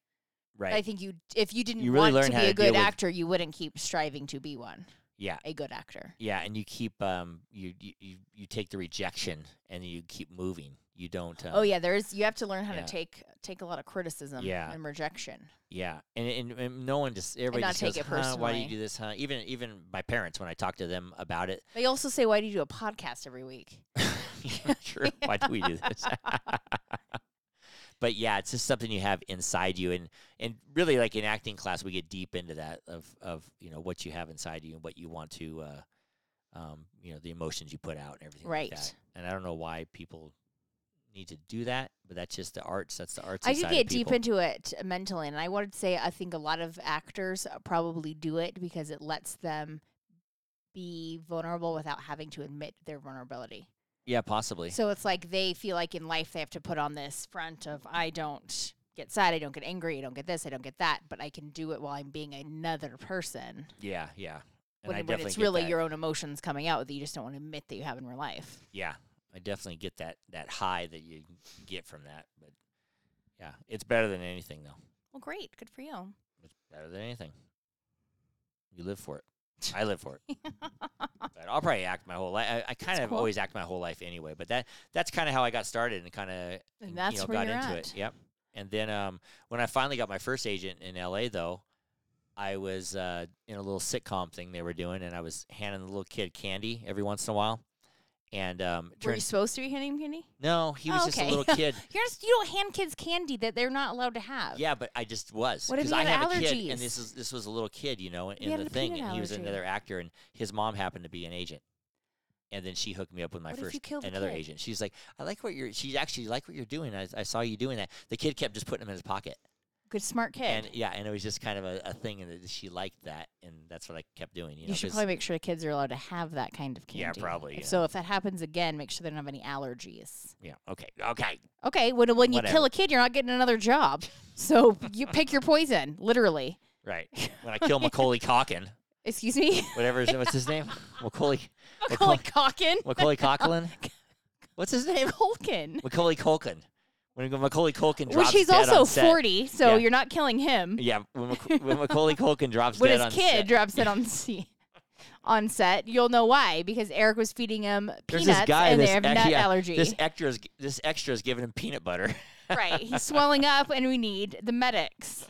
Speaker 1: I
Speaker 2: right.
Speaker 1: think you, if you didn't
Speaker 2: You really
Speaker 1: want
Speaker 2: learn
Speaker 1: to
Speaker 2: how
Speaker 1: be
Speaker 2: to
Speaker 1: a good
Speaker 2: deal with-
Speaker 1: actor, you wouldn't keep striving to be one,
Speaker 2: Yeah,
Speaker 1: a good actor.
Speaker 2: yeah. And you keep um you you you, you take the rejection and you keep moving. You don't. Um,
Speaker 1: Oh yeah, there is. You have to learn how
Speaker 2: yeah.
Speaker 1: to take take a lot of criticism
Speaker 2: Yeah.
Speaker 1: and rejection.
Speaker 2: Yeah, and, and, and no one just everybody
Speaker 1: not
Speaker 2: just
Speaker 1: take it
Speaker 2: goes, "Huh, why do you
Speaker 1: personally."
Speaker 2: do this? Huh? Even even my parents when I talk to them about it,
Speaker 1: They also say, "Why do you do a podcast every week?"
Speaker 2: yeah, true. Why do we do this? but yeah, it's just something you have inside you, and and really like in acting class, we get deep into that of of you know what you have inside you and what you want to, uh, um, you know, the emotions you put out and everything. like that.
Speaker 1: Right.
Speaker 2: And I don't know why people need to do that, but that's just the arts. That's the arts.
Speaker 1: I did
Speaker 2: inside
Speaker 1: get
Speaker 2: of
Speaker 1: deep
Speaker 2: people.
Speaker 1: into it mentally, and I wanted to say I think a lot of actors uh, probably do it because it lets them be vulnerable without having to admit their vulnerability.
Speaker 2: Yeah, possibly.
Speaker 1: So it's like they feel like in life they have to put on this front of I don't get sad, I don't get angry, I don't get this, I don't get that, but I can do it while I'm being another person.
Speaker 2: yeah, yeah. And
Speaker 1: When,
Speaker 2: I
Speaker 1: when
Speaker 2: definitely
Speaker 1: it's
Speaker 2: get
Speaker 1: really
Speaker 2: that.
Speaker 1: your own emotions coming out that you just don't want to admit that you have in real life.
Speaker 2: yeah, I definitely get that that high that you get from that. But yeah, it's better than anything though.
Speaker 1: Well, great, good for you.
Speaker 2: It's better than anything. You live for it. I live for it. but I'll probably act my whole life. I, I kind of
Speaker 1: cool.
Speaker 2: always act my whole life anyway. But that that's kind of how I got started and kind of
Speaker 1: And
Speaker 2: you
Speaker 1: that's
Speaker 2: know
Speaker 1: where
Speaker 2: got
Speaker 1: you're
Speaker 2: into
Speaker 1: at.
Speaker 2: it. Yep. And then um, when I finally got my first agent in L.A. though, I was uh, in a little sitcom thing they were doing, and I was handing the little kid candy every once in a while. and um, it
Speaker 1: Were you
Speaker 2: turns
Speaker 1: supposed to be handing him candy?
Speaker 2: no, he was
Speaker 1: Oh,
Speaker 2: just a
Speaker 1: okay.
Speaker 2: little kid.
Speaker 1: You're just, you don't hand kids candy that they're not allowed to have.
Speaker 2: Yeah, but I just was
Speaker 1: What if
Speaker 2: because
Speaker 1: he
Speaker 2: I
Speaker 1: had
Speaker 2: have a kid,
Speaker 1: allergies?
Speaker 2: and this is this was a little kid, you know, in,
Speaker 1: He had
Speaker 2: the
Speaker 1: a
Speaker 2: thing, and
Speaker 1: peanut
Speaker 2: he was
Speaker 1: allergy.
Speaker 2: another actor, and his mom happened to be an agent, and then she hooked me up with my
Speaker 1: What if you
Speaker 2: first
Speaker 1: kill the
Speaker 2: another
Speaker 1: kid?
Speaker 2: agent. She's like, I like what you're. She's actually like what you're doing. I, I saw you doing that. The kid kept just putting them in his pocket,
Speaker 1: Good smart kid.
Speaker 2: and yeah, and it was just kind of a, a thing, and that she liked that, and that's what I kept doing. You
Speaker 1: you,
Speaker 2: know,
Speaker 1: should
Speaker 2: 'cause-
Speaker 1: probably make sure the kids are allowed to have that kind of candy.
Speaker 2: Yeah, probably,
Speaker 1: If-
Speaker 2: yeah.
Speaker 1: So if that happens again, make sure they don't have any allergies.
Speaker 2: yeah, okay, okay,
Speaker 1: Okay, when, when you kill
Speaker 2: Whatever.
Speaker 1: a kid, you're not getting another job. So you pick your poison, literally.
Speaker 2: right. When I kill Macaulay Calkin,
Speaker 1: Excuse me?
Speaker 2: whatever his, what's his name, Macaulay,
Speaker 1: Macaulay Calkin?
Speaker 2: Macaulay Coughlin. What's his name?
Speaker 1: Culkin.
Speaker 2: Macaulay Culkin. When Macaulay Culkin
Speaker 1: Which
Speaker 2: drops
Speaker 1: he's
Speaker 2: dead
Speaker 1: also
Speaker 2: on set-
Speaker 1: 40, so
Speaker 2: Yeah.
Speaker 1: you're not killing him.
Speaker 2: Yeah, when, Mac- when Macaulay Culkin drops
Speaker 1: when
Speaker 2: dead
Speaker 1: his
Speaker 2: on
Speaker 1: kid
Speaker 2: set.
Speaker 1: drops it on sea on set, you'll know why because Eric was feeding him
Speaker 2: There's
Speaker 1: peanuts
Speaker 2: this guy,
Speaker 1: and
Speaker 2: this
Speaker 1: they have
Speaker 2: ex-
Speaker 1: nut
Speaker 2: yeah,
Speaker 1: allergy.
Speaker 2: This extra is this extra is giving him peanut butter.
Speaker 1: right, he's swelling up, and we need the medics.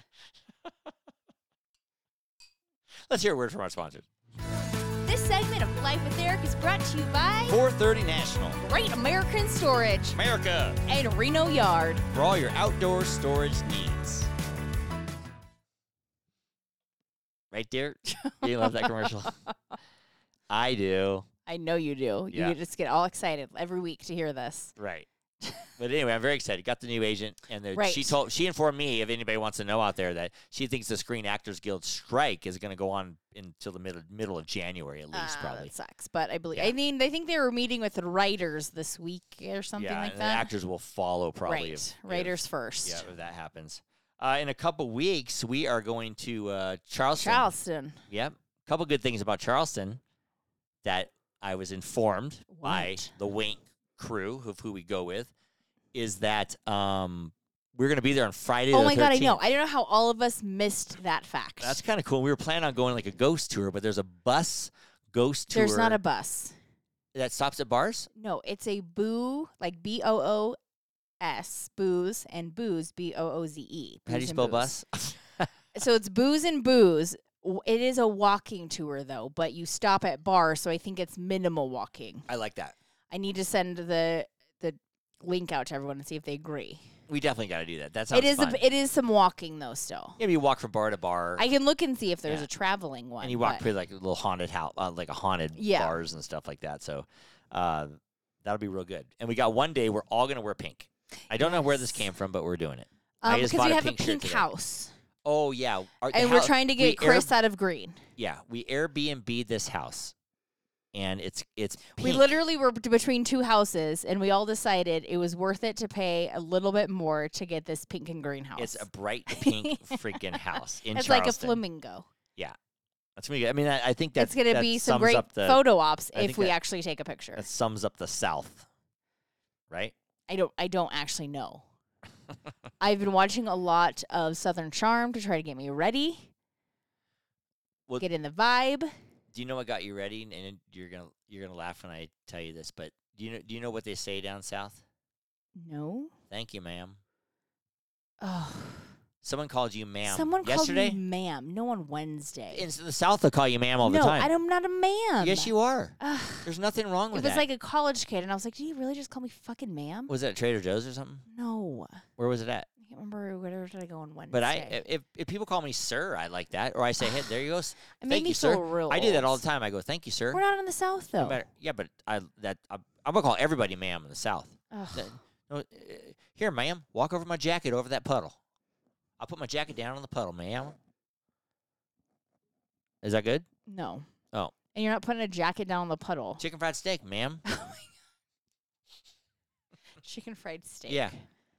Speaker 2: Let's hear a word from our sponsors.
Speaker 1: This segment of Life with Eric is brought to you by
Speaker 2: 430 National,
Speaker 1: Great American Storage
Speaker 2: America,
Speaker 1: and Reno Yard.
Speaker 2: for all your outdoor storage needs. Right there, you love that commercial. I do.
Speaker 1: I know you do.
Speaker 2: Yeah.
Speaker 1: You just get all excited every week to hear this.
Speaker 2: Right. But anyway, I'm very excited. Got the new agent, and the, she
Speaker 1: Right.
Speaker 2: told she informed me if anybody wants to know out there that she thinks the Screen Actors Guild strike is going to go on until the middle middle of January at least,
Speaker 1: Ah,
Speaker 2: probably.
Speaker 1: that sucks, but I believe.
Speaker 2: Yeah.
Speaker 1: I mean, I think they were meeting with the writers this week or something
Speaker 2: yeah,
Speaker 1: like
Speaker 2: and the
Speaker 1: that.
Speaker 2: actors will follow probably.
Speaker 1: right,
Speaker 2: if- if-
Speaker 1: writers first.
Speaker 2: yeah, if that happens. Uh, in a couple weeks, we are going to uh, Charleston.
Speaker 1: Charleston.
Speaker 2: Yep. A couple good things about Charleston that I was informed by
Speaker 1: What?
Speaker 2: the Wink crew of who we go with is that um, we're going to be there on Friday.
Speaker 1: Oh
Speaker 2: the
Speaker 1: my god, I
Speaker 2: 13th.
Speaker 1: know. I don't know how all of us missed that fact.
Speaker 2: That's kind of cool. We were planning on going like a ghost tour, but there's a bus ghost tour.
Speaker 1: There's not a bus.
Speaker 2: that stops at bars.
Speaker 1: No, it's a boo, like B O O S, booze and booze, B O O Z E.
Speaker 2: How do you
Speaker 1: Booze and
Speaker 2: spell
Speaker 1: Booze.
Speaker 2: bus?
Speaker 1: So it's booze and booze. W- It is a walking tour though, but you stop at bars, so I think it's minimal walking.
Speaker 2: I like that.
Speaker 1: I need to send the the link out to everyone and see if they agree.
Speaker 2: We definitely got to do that. That
Speaker 1: It
Speaker 2: sounds
Speaker 1: is
Speaker 2: fun.
Speaker 1: a, it is some walking though still.
Speaker 2: Maybe you walk from bar to bar,
Speaker 1: I can look and see if there's
Speaker 2: Yeah.
Speaker 1: a traveling one.
Speaker 2: and you walk
Speaker 1: but-
Speaker 2: through like a little haunted house, uh, like a haunted
Speaker 1: Yeah.
Speaker 2: bars and stuff like that. So uh, that'll be real good. And we got one day we're all gonna wear pink. I don't know where this
Speaker 1: Yes.
Speaker 2: came from, but we're doing it. I
Speaker 1: um,
Speaker 2: just
Speaker 1: because
Speaker 2: bought
Speaker 1: we
Speaker 2: a
Speaker 1: have
Speaker 2: pink
Speaker 1: a
Speaker 2: shirt
Speaker 1: pink
Speaker 2: today.
Speaker 1: house.
Speaker 2: Oh yeah, Our- the
Speaker 1: and we're
Speaker 2: house-
Speaker 1: trying to
Speaker 2: we
Speaker 1: get
Speaker 2: Air-
Speaker 1: Chris out of green.
Speaker 2: yeah, we Airbnb this house, and it's it's
Speaker 1: We
Speaker 2: pink.
Speaker 1: literally were b- between two houses, and we all decided it was worth it to pay a little bit more to get this pink and green house.
Speaker 2: It's a bright pink freaking house in
Speaker 1: it's like a
Speaker 2: Charleston.
Speaker 1: flamingo.
Speaker 2: That's really good. I mean, I, I think that's
Speaker 1: it's going to
Speaker 2: that
Speaker 1: be some
Speaker 2: sums
Speaker 1: great
Speaker 2: up the,
Speaker 1: photo ops
Speaker 2: I
Speaker 1: if
Speaker 2: think
Speaker 1: we
Speaker 2: that-
Speaker 1: actually take a picture.
Speaker 2: That sums up the South, right?
Speaker 1: I don't. I don't actually know. I've been watching a lot of Southern Charm to try to get me ready,
Speaker 2: Well-
Speaker 1: get in the vibe.
Speaker 2: Do you know what got you ready? And then you're gonna you're gonna laugh when I tell you this, but do you know do you know what they say down South?
Speaker 1: No.
Speaker 2: Thank you, ma'am.
Speaker 1: Oh.
Speaker 2: Someone called you ma'am.
Speaker 1: Someone
Speaker 2: yesterday.
Speaker 1: called me ma'am. No on Wednesday.
Speaker 2: In s- the South, they call you ma'am all
Speaker 1: no,
Speaker 2: the time.
Speaker 1: I don't- I'm not a ma'am.
Speaker 2: yes, you are.
Speaker 1: Ugh.
Speaker 2: There's nothing wrong
Speaker 1: It
Speaker 2: with
Speaker 1: was
Speaker 2: that.
Speaker 1: like a college kid, and I was like, "Did he really just call me fucking ma'am?"
Speaker 2: was it at Trader Joe's or something?
Speaker 1: No, I
Speaker 2: Where was it at?
Speaker 1: can't remember. Whatever did I go on Wednesday?
Speaker 2: But I if if people call me sir, I like that, or I say hey, there you go. s-
Speaker 1: it made
Speaker 2: Thank
Speaker 1: me
Speaker 2: you,
Speaker 1: feel
Speaker 2: sir.
Speaker 1: real.
Speaker 2: I do that all
Speaker 1: old.
Speaker 2: the time. I go thank you, sir.
Speaker 1: We're not in the South
Speaker 2: No
Speaker 1: though.
Speaker 2: matter- yeah, but I that I'm, I'm gonna call everybody ma'am in the South.
Speaker 1: Ugh.
Speaker 2: Th- No, uh, here, ma'am, walk over my jacket over that puddle. I'll put my jacket down on the puddle, ma'am. Is that good?
Speaker 1: No.
Speaker 2: Oh.
Speaker 1: And you're not putting a jacket down on the puddle.
Speaker 2: Chicken fried steak, ma'am.
Speaker 1: Chicken fried steak.
Speaker 2: Yeah.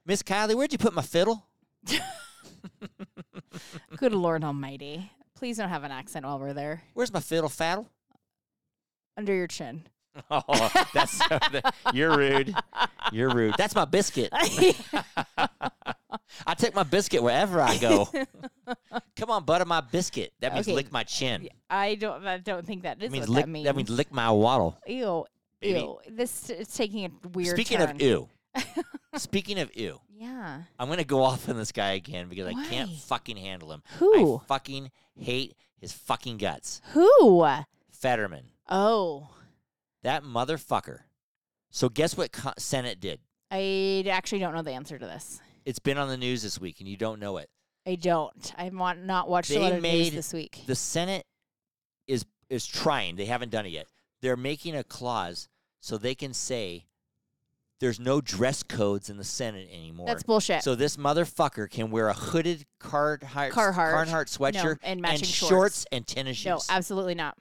Speaker 2: Miss Kylie, where'd you put my fiddle?
Speaker 1: Good Lord Almighty! Please don't have an accent while we're there.
Speaker 2: Where's my fiddle faddle?
Speaker 1: Under your chin.
Speaker 2: Oh, that's you're rude. You're rude. That's my biscuit. I take my biscuit wherever I go. Come on, butter my biscuit. That means
Speaker 1: Okay.
Speaker 2: lick my chin.
Speaker 1: I don't. I don't think that is
Speaker 2: That means
Speaker 1: what
Speaker 2: lick.
Speaker 1: that means.
Speaker 2: means lick my waddle.
Speaker 1: ew.
Speaker 2: Baby.
Speaker 1: Ew. This is taking a weird
Speaker 2: Speaking
Speaker 1: turn.
Speaker 2: of ew. Speaking of ew,
Speaker 1: Yeah.
Speaker 2: I'm gonna go off on this guy again because I can't
Speaker 1: Why?
Speaker 2: fucking handle him.
Speaker 1: Who?
Speaker 2: I fucking hate his fucking guts.
Speaker 1: Who?
Speaker 2: Fetterman,
Speaker 1: Oh.
Speaker 2: that motherfucker. So guess what co- Senate did?
Speaker 1: I actually don't know the answer to this.
Speaker 2: It's been on the news this week, and you don't know it.
Speaker 1: I don't. I want not watched
Speaker 2: They
Speaker 1: a lot of news
Speaker 2: made
Speaker 1: this week.
Speaker 2: The Senate is is trying. They haven't done it yet. They're making a clause so they can say there's no dress codes in the Senate anymore.
Speaker 1: That's bullshit.
Speaker 2: So this motherfucker can wear a hooded Carhartt
Speaker 1: Carhartt.
Speaker 2: sweatshirt
Speaker 1: No, and matching
Speaker 2: shorts.
Speaker 1: shorts.
Speaker 2: and tennis shoes.
Speaker 1: no, absolutely not.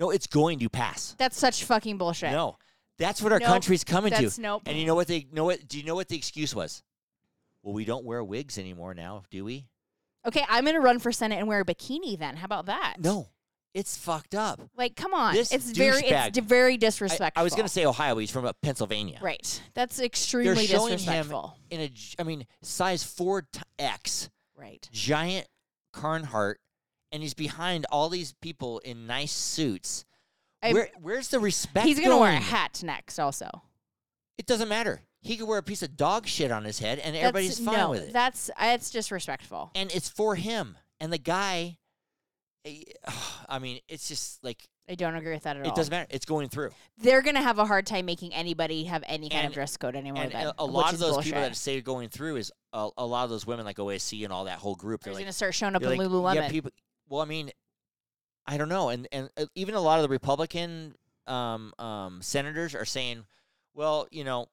Speaker 2: No, it's going to pass.
Speaker 1: That's such fucking bullshit.
Speaker 2: No, that's what our
Speaker 1: Nope.
Speaker 2: country's coming
Speaker 1: That's
Speaker 2: to.
Speaker 1: nope.
Speaker 2: And you know what they know what? Do you know what the excuse was? Well, we don't wear wigs anymore now, do we?
Speaker 1: Okay, I'm gonna run for senate and wear a bikini. Then how about that?
Speaker 2: No, it's fucked up.
Speaker 1: Like, come on.
Speaker 2: This
Speaker 1: it's very,
Speaker 2: douchebag-
Speaker 1: it's d- very
Speaker 2: I-
Speaker 1: disrespectful.
Speaker 2: I, was going to say Ohio. He's from uh, Pennsylvania.
Speaker 1: right. That's extremely
Speaker 2: They're showing him
Speaker 1: disrespectful.
Speaker 2: in a, gi- I mean, size four t- X,
Speaker 1: Right.
Speaker 2: giant Carnhart, and he's behind all these people in nice suits.
Speaker 1: I'm-
Speaker 2: Where, where's the respect?
Speaker 1: He's
Speaker 2: going
Speaker 1: gonna wear a hat next. Also,
Speaker 2: It doesn't matter. He could wear a piece of dog shit on his head, and
Speaker 1: That's-
Speaker 2: everybody's fine
Speaker 1: no,
Speaker 2: with it.
Speaker 1: That's that's disrespectful.
Speaker 2: and it's for him. And the guy, eh, I mean, it's just like
Speaker 1: I don't agree with that at
Speaker 2: it
Speaker 1: all.
Speaker 2: doesn't matter. It's going through.
Speaker 1: They're gonna have a hard time making anybody have any kind
Speaker 2: And-
Speaker 1: of dress code anymore.
Speaker 2: and
Speaker 1: then,
Speaker 2: a, a
Speaker 1: which
Speaker 2: lot of
Speaker 1: is
Speaker 2: those
Speaker 1: bullshit.
Speaker 2: people that say going through is a, a lot of those women like OSC and all that whole group.
Speaker 1: are
Speaker 2: They're like,
Speaker 1: gonna start showing up in
Speaker 2: they're like,
Speaker 1: Lululemon.
Speaker 2: Yeah, people. Well, I mean, I don't know, and and uh, even a lot of the Republican um, um, senators are saying, well, you know,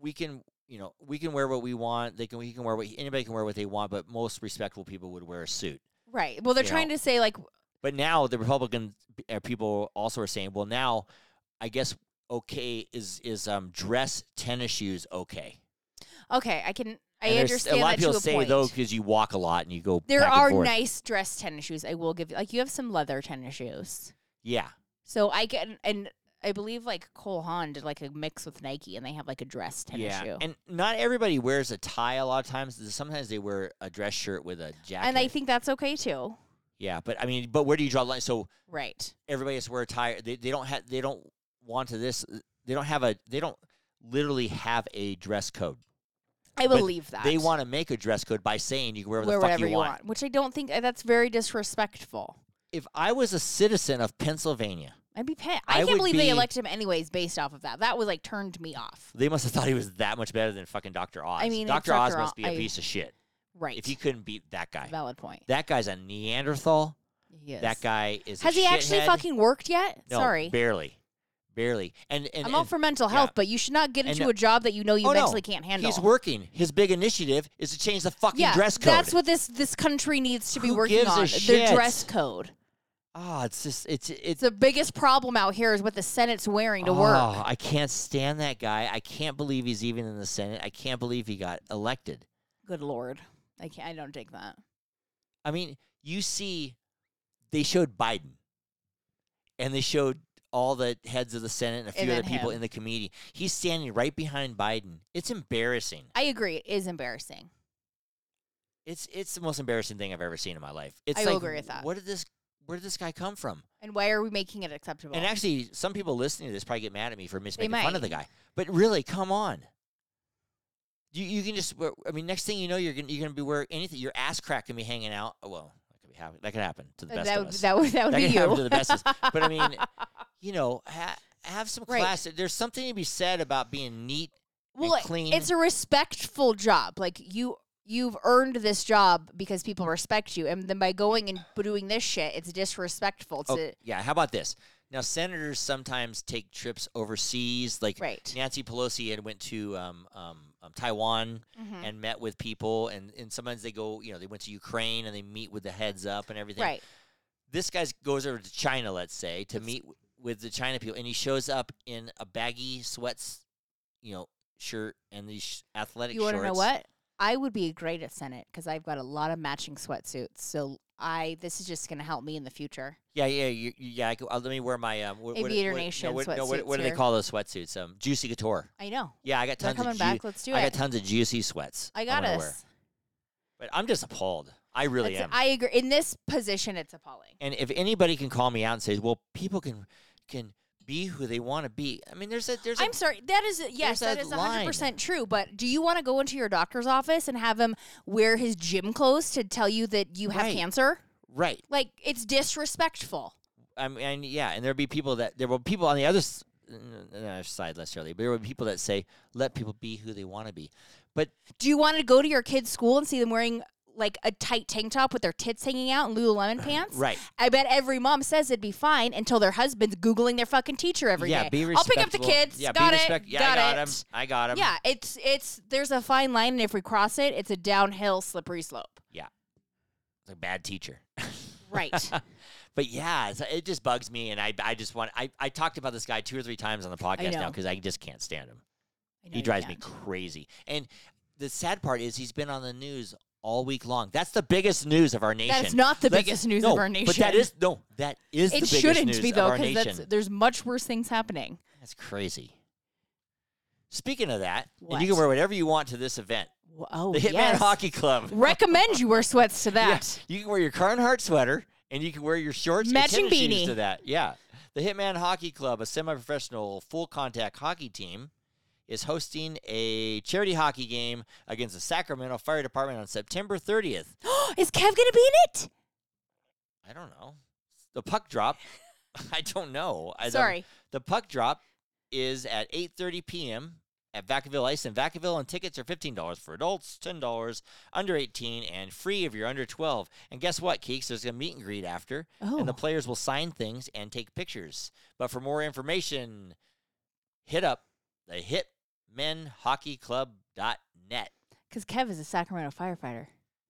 Speaker 2: we can. You know, we can wear what we want. They can. We can wear what anybody can wear what they want. But most respectable people would wear a suit.
Speaker 1: right. Well, they're
Speaker 2: you
Speaker 1: trying
Speaker 2: know.
Speaker 1: to say like
Speaker 2: But now the Republican uh, people also are saying, well, now I guess okay is is um, dress tennis shoes okay.
Speaker 1: Okay, I can. I
Speaker 2: And there's-
Speaker 1: understand
Speaker 2: A lot
Speaker 1: that
Speaker 2: of people
Speaker 1: to a
Speaker 2: say
Speaker 1: point.
Speaker 2: though because you walk a lot and you go.
Speaker 1: there
Speaker 2: back and
Speaker 1: are
Speaker 2: forth.
Speaker 1: nice dress tennis shoes. I will give you. Like you have some leather tennis shoes,
Speaker 2: Yeah,
Speaker 1: so I can and I believe like Cole Haan did like a mix with Nike, and they have like a dress tennis
Speaker 2: yeah,
Speaker 1: shoe.
Speaker 2: and not everybody wears a tie. A lot of times, sometimes they wear a dress shirt with a jacket.
Speaker 1: And I think that's okay too.
Speaker 2: yeah, but I mean, but where do you draw the line? So
Speaker 1: Right.
Speaker 2: everybody has to wear a tie. They, they don't have. They don't want to this. uh, They don't have a. They don't literally have a dress code.
Speaker 1: I
Speaker 2: But
Speaker 1: believe that
Speaker 2: They want to make a dress code by saying you can wear
Speaker 1: wear
Speaker 2: whatever the fuck
Speaker 1: whatever
Speaker 2: you want.
Speaker 1: which I don't think uh, that's very disrespectful.
Speaker 2: If I was a citizen of Pennsylvania,
Speaker 1: I'd be pissed.
Speaker 2: I
Speaker 1: I,
Speaker 2: would
Speaker 1: can't believe
Speaker 2: be-
Speaker 1: they elected him anyways based off of that. That was like turned me off.
Speaker 2: they must have thought he was that much better than fucking Doctor Oz.
Speaker 1: mean, if
Speaker 2: Doctor Oz
Speaker 1: Dr. Oz-
Speaker 2: must be a
Speaker 1: I-
Speaker 2: piece of shit
Speaker 1: Right.
Speaker 2: if you couldn't beat that guy.
Speaker 1: Valid point.
Speaker 2: That guy's a Neanderthal.
Speaker 1: Yes.
Speaker 2: That guy is. a
Speaker 1: Has he actually
Speaker 2: shithead.
Speaker 1: fucking worked yet?
Speaker 2: No,
Speaker 1: Sorry.
Speaker 2: barely, barely. And and
Speaker 1: I'm all
Speaker 2: and
Speaker 1: for mental
Speaker 2: yeah.
Speaker 1: health, but you should not get
Speaker 2: And
Speaker 1: into
Speaker 2: no-
Speaker 1: a job that you know you
Speaker 2: Oh, no.
Speaker 1: mentally can't handle.
Speaker 2: he's working. His big initiative is to change the fucking
Speaker 1: yeah,
Speaker 2: dress code.
Speaker 1: that's what this this country needs to be
Speaker 2: Who
Speaker 1: working
Speaker 2: gives a
Speaker 1: on.
Speaker 2: shit?
Speaker 1: Their dress code.
Speaker 2: Ah, it's just it's it's.
Speaker 1: It's the biggest problem out here is what the Senate's wearing to work.
Speaker 2: Ah, I can't stand that guy. I can't believe he's even in the Senate. I can't believe he got elected.
Speaker 1: Good lord, I can't. I don't take that.
Speaker 2: I mean, you see, they showed Biden, and they showed all the heads of the Senate and a few
Speaker 1: And
Speaker 2: other
Speaker 1: then
Speaker 2: people
Speaker 1: him.
Speaker 2: in the committee. He's standing right behind Biden. It's embarrassing.
Speaker 1: I agree. It is embarrassing.
Speaker 2: It's it's the most embarrassing thing I've ever seen in my life. It's
Speaker 1: I will
Speaker 2: like,
Speaker 1: agree with that.
Speaker 2: What did this? Where did this guy come from?
Speaker 1: And why are we making it acceptable?
Speaker 2: And actually, some people listening to this probably get mad at me for mis-
Speaker 1: They
Speaker 2: making fun of the guy. But really, come on. You you can just. wear- I mean, next thing you know, you're gonna you're gonna be wearing anything. Your ass crack can be hanging out. Oh, Well, that could be happen. That could happen to the
Speaker 1: Uh,
Speaker 2: best
Speaker 1: that,
Speaker 2: of
Speaker 1: would,
Speaker 2: us.
Speaker 1: that would that would
Speaker 2: That
Speaker 1: be
Speaker 2: could happen
Speaker 1: you.
Speaker 2: to the best. of us. But I mean, you know, ha- have some
Speaker 1: Right.
Speaker 2: class. There's something to be said about being neat.
Speaker 1: well,
Speaker 2: and clean.
Speaker 1: it's a respectful job. Like you you've earned this job because people respect you, and then by going and doing this shit, it's disrespectful to
Speaker 2: Oh, yeah. How about this? Now, senators sometimes take trips overseas. Like
Speaker 1: right.
Speaker 2: Nancy Pelosi had went to um, um, um, Taiwan
Speaker 1: Mhm.
Speaker 2: and met with people, and, and sometimes they go, you know, they went to Ukraine and they meet with the heads up and everything.
Speaker 1: Right.
Speaker 2: This guy goes over to China, let's say, to meet w- with the China people, and he shows up in a baggy sweats, you know, shirt and these sh- athletic
Speaker 1: You
Speaker 2: shorts.
Speaker 1: want to know what? I would be great at Senate because I've got a lot of matching sweatsuits. So I this is just going to help me in the future.
Speaker 2: Yeah, yeah, you, you- yeah. I go, uh, let me wear my um, what, what,
Speaker 1: Aviator
Speaker 2: what- no,
Speaker 1: Nation
Speaker 2: what, no, what,
Speaker 1: sweatsuits
Speaker 2: what do they
Speaker 1: here.
Speaker 2: call those sweatsuits? Um, Juicy Couture.
Speaker 1: I know.
Speaker 2: Yeah, I got
Speaker 1: They're
Speaker 2: tons
Speaker 1: coming
Speaker 2: of ju-
Speaker 1: back. Let's do
Speaker 2: I
Speaker 1: it.
Speaker 2: got tons of juicy sweats.
Speaker 1: I got
Speaker 2: wanna
Speaker 1: us.
Speaker 2: wear. But I'm just appalled. I really
Speaker 1: It's-
Speaker 2: am.
Speaker 1: I agree. In this position, it's appalling.
Speaker 2: and if anybody can call me out and say, "Well, people can can be who they want to be," I mean, there's a there's
Speaker 1: I'm sorry. That is yes,
Speaker 2: there's
Speaker 1: that
Speaker 2: a
Speaker 1: is
Speaker 2: line.
Speaker 1: 100 percent true. But do you want to go into your doctor's office and have him wear his gym clothes to tell you that you have
Speaker 2: Right.
Speaker 1: cancer?
Speaker 2: a right.
Speaker 1: Like it's disrespectful.
Speaker 2: I mean, and yeah, and there'll be people that there will be people on the other s- n- n- not side necessarily, but there were people that say, let people be who they want to be. But
Speaker 1: Do you want to go to your kid's school and see them wearing like a tight tank top with their tits hanging out and Lululemon pants?
Speaker 2: Right.
Speaker 1: I bet every mom says it'd be fine until their husband's googling their fucking teacher every day.
Speaker 2: yeah, be
Speaker 1: I'll pick
Speaker 2: respectable.
Speaker 1: up the kids.
Speaker 2: Yeah,
Speaker 1: got
Speaker 2: be
Speaker 1: it.
Speaker 2: respect- yeah,
Speaker 1: got,
Speaker 2: I got
Speaker 1: it.
Speaker 2: him. I got him.
Speaker 1: Yeah, it's it's there's a fine line, and if we cross it, it's a downhill slippery slope.
Speaker 2: It's a bad teacher.
Speaker 1: Right.
Speaker 2: But yeah, it's, it just bugs me, and I I just want I, I talked about this guy two or three times on the podcast now
Speaker 1: know.
Speaker 2: because I just can't stand him.
Speaker 1: I know
Speaker 2: He
Speaker 1: you
Speaker 2: drives me
Speaker 1: can't.
Speaker 2: crazy. And the sad part is he's been on the news all week long. That's the biggest news of our nation.
Speaker 1: That's not the
Speaker 2: Let's-
Speaker 1: biggest news
Speaker 2: no,
Speaker 1: of our nation.
Speaker 2: But that is no, that is the
Speaker 1: It
Speaker 2: biggest news
Speaker 1: shouldn't be
Speaker 2: of
Speaker 1: though,
Speaker 2: our
Speaker 1: because
Speaker 2: nation.
Speaker 1: that's there's much worse things happening.
Speaker 2: That's crazy. Speaking of that, and you
Speaker 1: What?
Speaker 2: can wear whatever you want to this event.
Speaker 1: Wh- Oh,
Speaker 2: The Hitman
Speaker 1: yes.
Speaker 2: Hockey Club.
Speaker 1: Recommend you wear sweats to
Speaker 2: Yeah,
Speaker 1: that.
Speaker 2: you can wear your Carnhart sweater and you can wear your shorts
Speaker 1: Matching
Speaker 2: and tennis shoes
Speaker 1: beanie.
Speaker 2: to that. Yeah. The Hitman Hockey Club, a semi-professional full contact hockey team, is hosting a charity hockey game against the Sacramento Fire Department on September 30th.
Speaker 1: Is Kev gonna be in it?
Speaker 2: I don't know. The puck drop. I don't know. I don't-
Speaker 1: Sorry.
Speaker 2: The puck drop is at 8:30 p.m. at Vacaville Ice in Vacaville, and tickets are $15 for adults, $10 under 18, and free if you're under 12. And guess what, Keeks? There's a meet and greet after, and the
Speaker 1: Oh.
Speaker 2: players will sign things and take pictures. But for more information, hit up the hitmenhockeyclub.net.
Speaker 1: Because Kev is a Sacramento firefighter.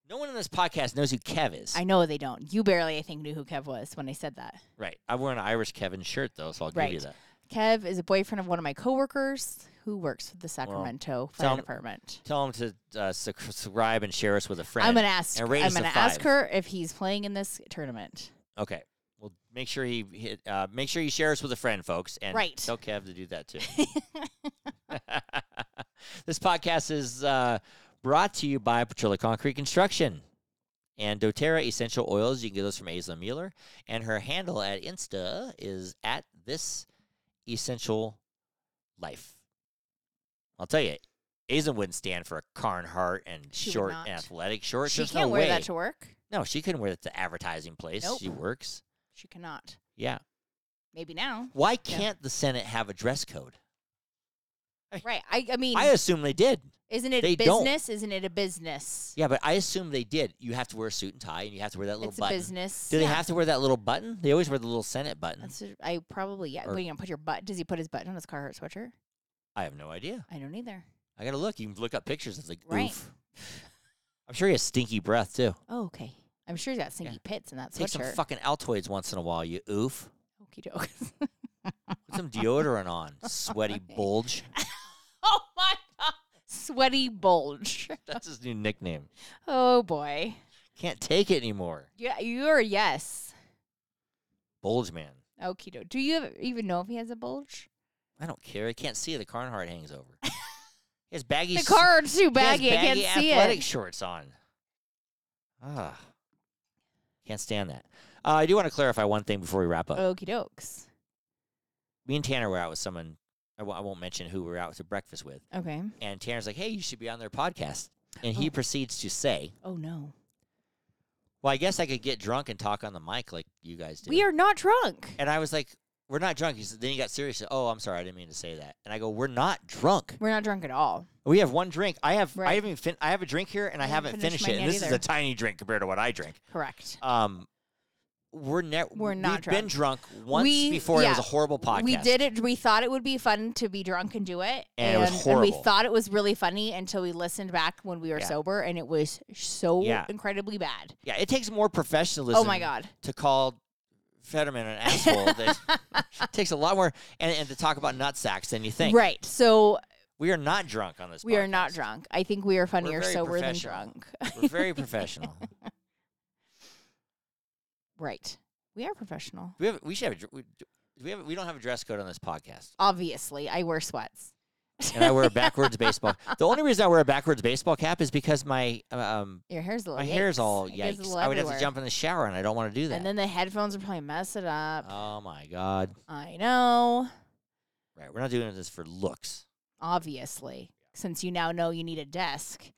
Speaker 2: No one in this podcast knows who Kev is.
Speaker 1: I know they don't. You barely, I think, knew who Kev was when I said that.
Speaker 2: right. I wore an Irish Kevin shirt, though, so I'll give you
Speaker 1: Right.
Speaker 2: that.
Speaker 1: Kev is a boyfriend of one of my coworkers who works for the Sacramento Fire
Speaker 2: tell-
Speaker 1: Department.
Speaker 2: Tell them to uh, subscribe and share us with a friend.
Speaker 1: I'm gonna ask. I'm
Speaker 2: and rate us a
Speaker 1: gonna ask
Speaker 2: five.
Speaker 1: her if he's playing in this tournament.
Speaker 2: Okay. Well, make sure he hit, uh, make sure you share us with a friend, folks, and
Speaker 1: Right.
Speaker 2: tell Kev to do that too. this podcast is uh, brought to you by Petrilla Concrete Construction and DoTerra essential oils. You can get those from Aisla Mueller, and her handle at Insta is at this essential life. I'll tell you, Aisla wouldn't stand for a Carnhart and
Speaker 1: She would
Speaker 2: short
Speaker 1: not.
Speaker 2: athletic shorts.
Speaker 1: she
Speaker 2: There's
Speaker 1: can't
Speaker 2: no
Speaker 1: wear
Speaker 2: way.
Speaker 1: that to work.
Speaker 2: No, she couldn't wear it to advertising place.
Speaker 1: Nope.
Speaker 2: She works.
Speaker 1: She cannot.
Speaker 2: Yeah.
Speaker 1: Maybe now.
Speaker 2: Why can't the Senate have a dress code?
Speaker 1: Right. I. I mean,
Speaker 2: I assume they did.
Speaker 1: isn't it
Speaker 2: they
Speaker 1: a
Speaker 2: don't.
Speaker 1: business? Isn't it a business?
Speaker 2: Yeah, but I assume they did. You have to wear a suit and tie, and you have to wear that little
Speaker 1: It's a
Speaker 2: button.
Speaker 1: business.
Speaker 2: Do they
Speaker 1: yeah.
Speaker 2: have to wear that little button? They always wear the little Senate button.
Speaker 1: That's a, I probably yeah.
Speaker 2: Or-
Speaker 1: What are you gonna put your butt? Does he put his butt on his Carhartt sweatshirt?
Speaker 2: I have no idea.
Speaker 1: I don't either.
Speaker 2: I gotta look. You can look up pictures of the
Speaker 1: Right.
Speaker 2: oof. I'm sure he has stinky breath too.
Speaker 1: Oh, okay. I'm sure he's got sinky pits in that
Speaker 2: Take some
Speaker 1: sweatshirt.
Speaker 2: fucking Altoids once in a while. You oof.
Speaker 1: Okey doke.
Speaker 2: Put some deodorant on. Sweaty bulge.
Speaker 1: oh my god. Sweaty bulge.
Speaker 2: That's his new nickname.
Speaker 1: Oh boy.
Speaker 2: Can't take it anymore.
Speaker 1: Yeah, you're a yes.
Speaker 2: Bulge man.
Speaker 1: Okie doke. Do you ev- even know if he has a bulge?
Speaker 2: I don't care. I can't see it. The Carnhart hangs over. he has baggy.
Speaker 1: The
Speaker 2: s-
Speaker 1: card's too
Speaker 2: He has
Speaker 1: baggy. I can't
Speaker 2: baggy
Speaker 1: see
Speaker 2: athletic
Speaker 1: it.
Speaker 2: shorts on. Ah, can't stand that. Uh, I do want to clarify one thing before we wrap up.
Speaker 1: Okie dokes.
Speaker 2: Me and Tanner were out with someone. I w- I won't mention who we were out to breakfast with.
Speaker 1: Okay.
Speaker 2: And Tanner's like, "Hey, you should be on their podcast." And he
Speaker 1: Oh.
Speaker 2: proceeds to say,
Speaker 1: Oh no.
Speaker 2: "Well, I guess I could get drunk and talk on the mic like you guys do."
Speaker 1: We are not drunk.
Speaker 2: and I was like, "We're not drunk." He said, then he got serious. He said, "Oh, I'm sorry, I didn't mean to say that." And I go, "We're not drunk.
Speaker 1: We're not drunk at all.
Speaker 2: We have one drink. I have. I
Speaker 1: Right.
Speaker 2: haven't. Fin- I have a drink here, and I,
Speaker 1: I haven't
Speaker 2: haven't
Speaker 1: finished
Speaker 2: finished,
Speaker 1: mine
Speaker 2: it.
Speaker 1: yet
Speaker 2: And this is
Speaker 1: either.
Speaker 2: a tiny drink compared to what I drink."
Speaker 1: Correct.
Speaker 2: Um, we're never
Speaker 1: We're not
Speaker 2: We've been drunk once
Speaker 1: We-
Speaker 2: before. It was
Speaker 1: yeah.
Speaker 2: a horrible podcast.
Speaker 1: We did it. We thought it would be fun to be drunk and do it,
Speaker 2: And it was
Speaker 1: we
Speaker 2: horrible.
Speaker 1: thought it was really funny until we listened back when we were
Speaker 2: Yeah.
Speaker 1: sober, and it was so
Speaker 2: Yeah.
Speaker 1: incredibly bad.
Speaker 2: Yeah, it takes more professionalism.
Speaker 1: oh my god!
Speaker 2: To call Fetterman an asshole, that takes a lot more, and, and to talk about nut sacks than you think.
Speaker 1: Right. So
Speaker 2: We are not drunk on this.
Speaker 1: we are not
Speaker 2: podcast.
Speaker 1: drunk. I think we are funnier
Speaker 2: very
Speaker 1: sober than
Speaker 2: professional.
Speaker 1: drunk.
Speaker 2: We're very professional.
Speaker 1: Right. We are professional.
Speaker 2: We have. We should have. a dr- We, do we have. We don't have a dress code on this podcast.
Speaker 1: Obviously, I wear sweats.
Speaker 2: And I wear a backwards baseball. The only reason I wear a backwards baseball cap is because my um
Speaker 1: Your hair's a
Speaker 2: my
Speaker 1: little.
Speaker 2: hair's all
Speaker 1: It gets a
Speaker 2: yikes.
Speaker 1: little
Speaker 2: I would have to
Speaker 1: everywhere.
Speaker 2: jump in the shower, and I don't want to do that.
Speaker 1: And then the headphones are probably mess it up.
Speaker 2: oh my god.
Speaker 1: I know.
Speaker 2: Right. We're not doing this for looks.
Speaker 1: Obviously, since you now know you need a desk.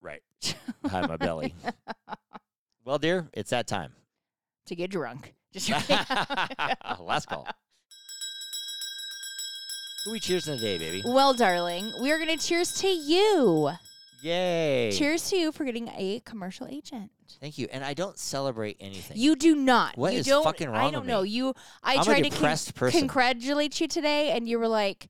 Speaker 2: Right. Behind my belly. well, dear, it's that time.
Speaker 1: to get drunk. Just
Speaker 2: Last call. Who we cheers in the day, baby?
Speaker 1: Well, darling, we are going to cheers to you.
Speaker 2: Yay!
Speaker 1: Cheers to you for getting a commercial agent.
Speaker 2: Thank you. And I don't celebrate anything.
Speaker 1: You do not.
Speaker 2: What
Speaker 1: you
Speaker 2: is
Speaker 1: don't,
Speaker 2: fucking
Speaker 1: I
Speaker 2: wrong
Speaker 1: don't
Speaker 2: with
Speaker 1: know.
Speaker 2: me?
Speaker 1: You. I
Speaker 2: I'm a
Speaker 1: tried to
Speaker 2: depressed person.
Speaker 1: congratulate you today, and you were like,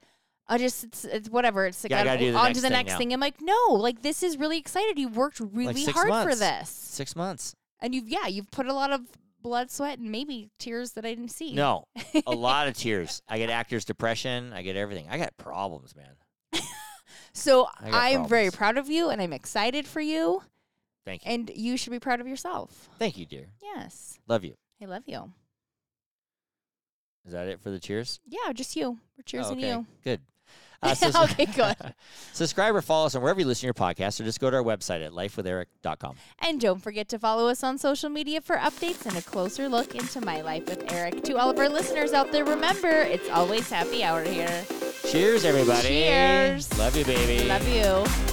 Speaker 1: "I just it's, it's whatever. It's like
Speaker 2: Yeah, I gotta do the
Speaker 1: on
Speaker 2: next
Speaker 1: to the
Speaker 2: thing
Speaker 1: next
Speaker 2: now.
Speaker 1: thing." I'm like, "No, like this is really excited. You worked really
Speaker 2: six
Speaker 1: hard for
Speaker 2: months.
Speaker 1: this,
Speaker 2: Six months.
Speaker 1: and you've yeah, you've put a lot of blood, sweat, and maybe tears that I didn't see."
Speaker 2: No, a lot of tears. I get actors' depression. I get everything. I got problems, man.
Speaker 1: So
Speaker 2: I got
Speaker 1: I'm very
Speaker 2: problems.
Speaker 1: proud of you, and I'm excited for you,
Speaker 2: Thank you.
Speaker 1: and you should be proud of yourself.
Speaker 2: Thank you, dear.
Speaker 1: Yes,
Speaker 2: Love you.
Speaker 1: I love you.
Speaker 2: Is that it for the cheers?
Speaker 1: Yeah, just you. We're cheersing
Speaker 2: Oh, okay.
Speaker 1: you.
Speaker 2: Good. Uh, sus-
Speaker 1: Okay, good.
Speaker 2: subscribe or follow us on wherever you listen to your podcast, or just go to our website at lifewitheric.com.
Speaker 1: And don't forget to follow us on social media for updates and a closer look into my life with Eric. To all of our listeners out there, remember it's always happy hour here.
Speaker 2: Cheers, everybody.
Speaker 1: Cheers.
Speaker 2: Love you, baby.
Speaker 1: Love you.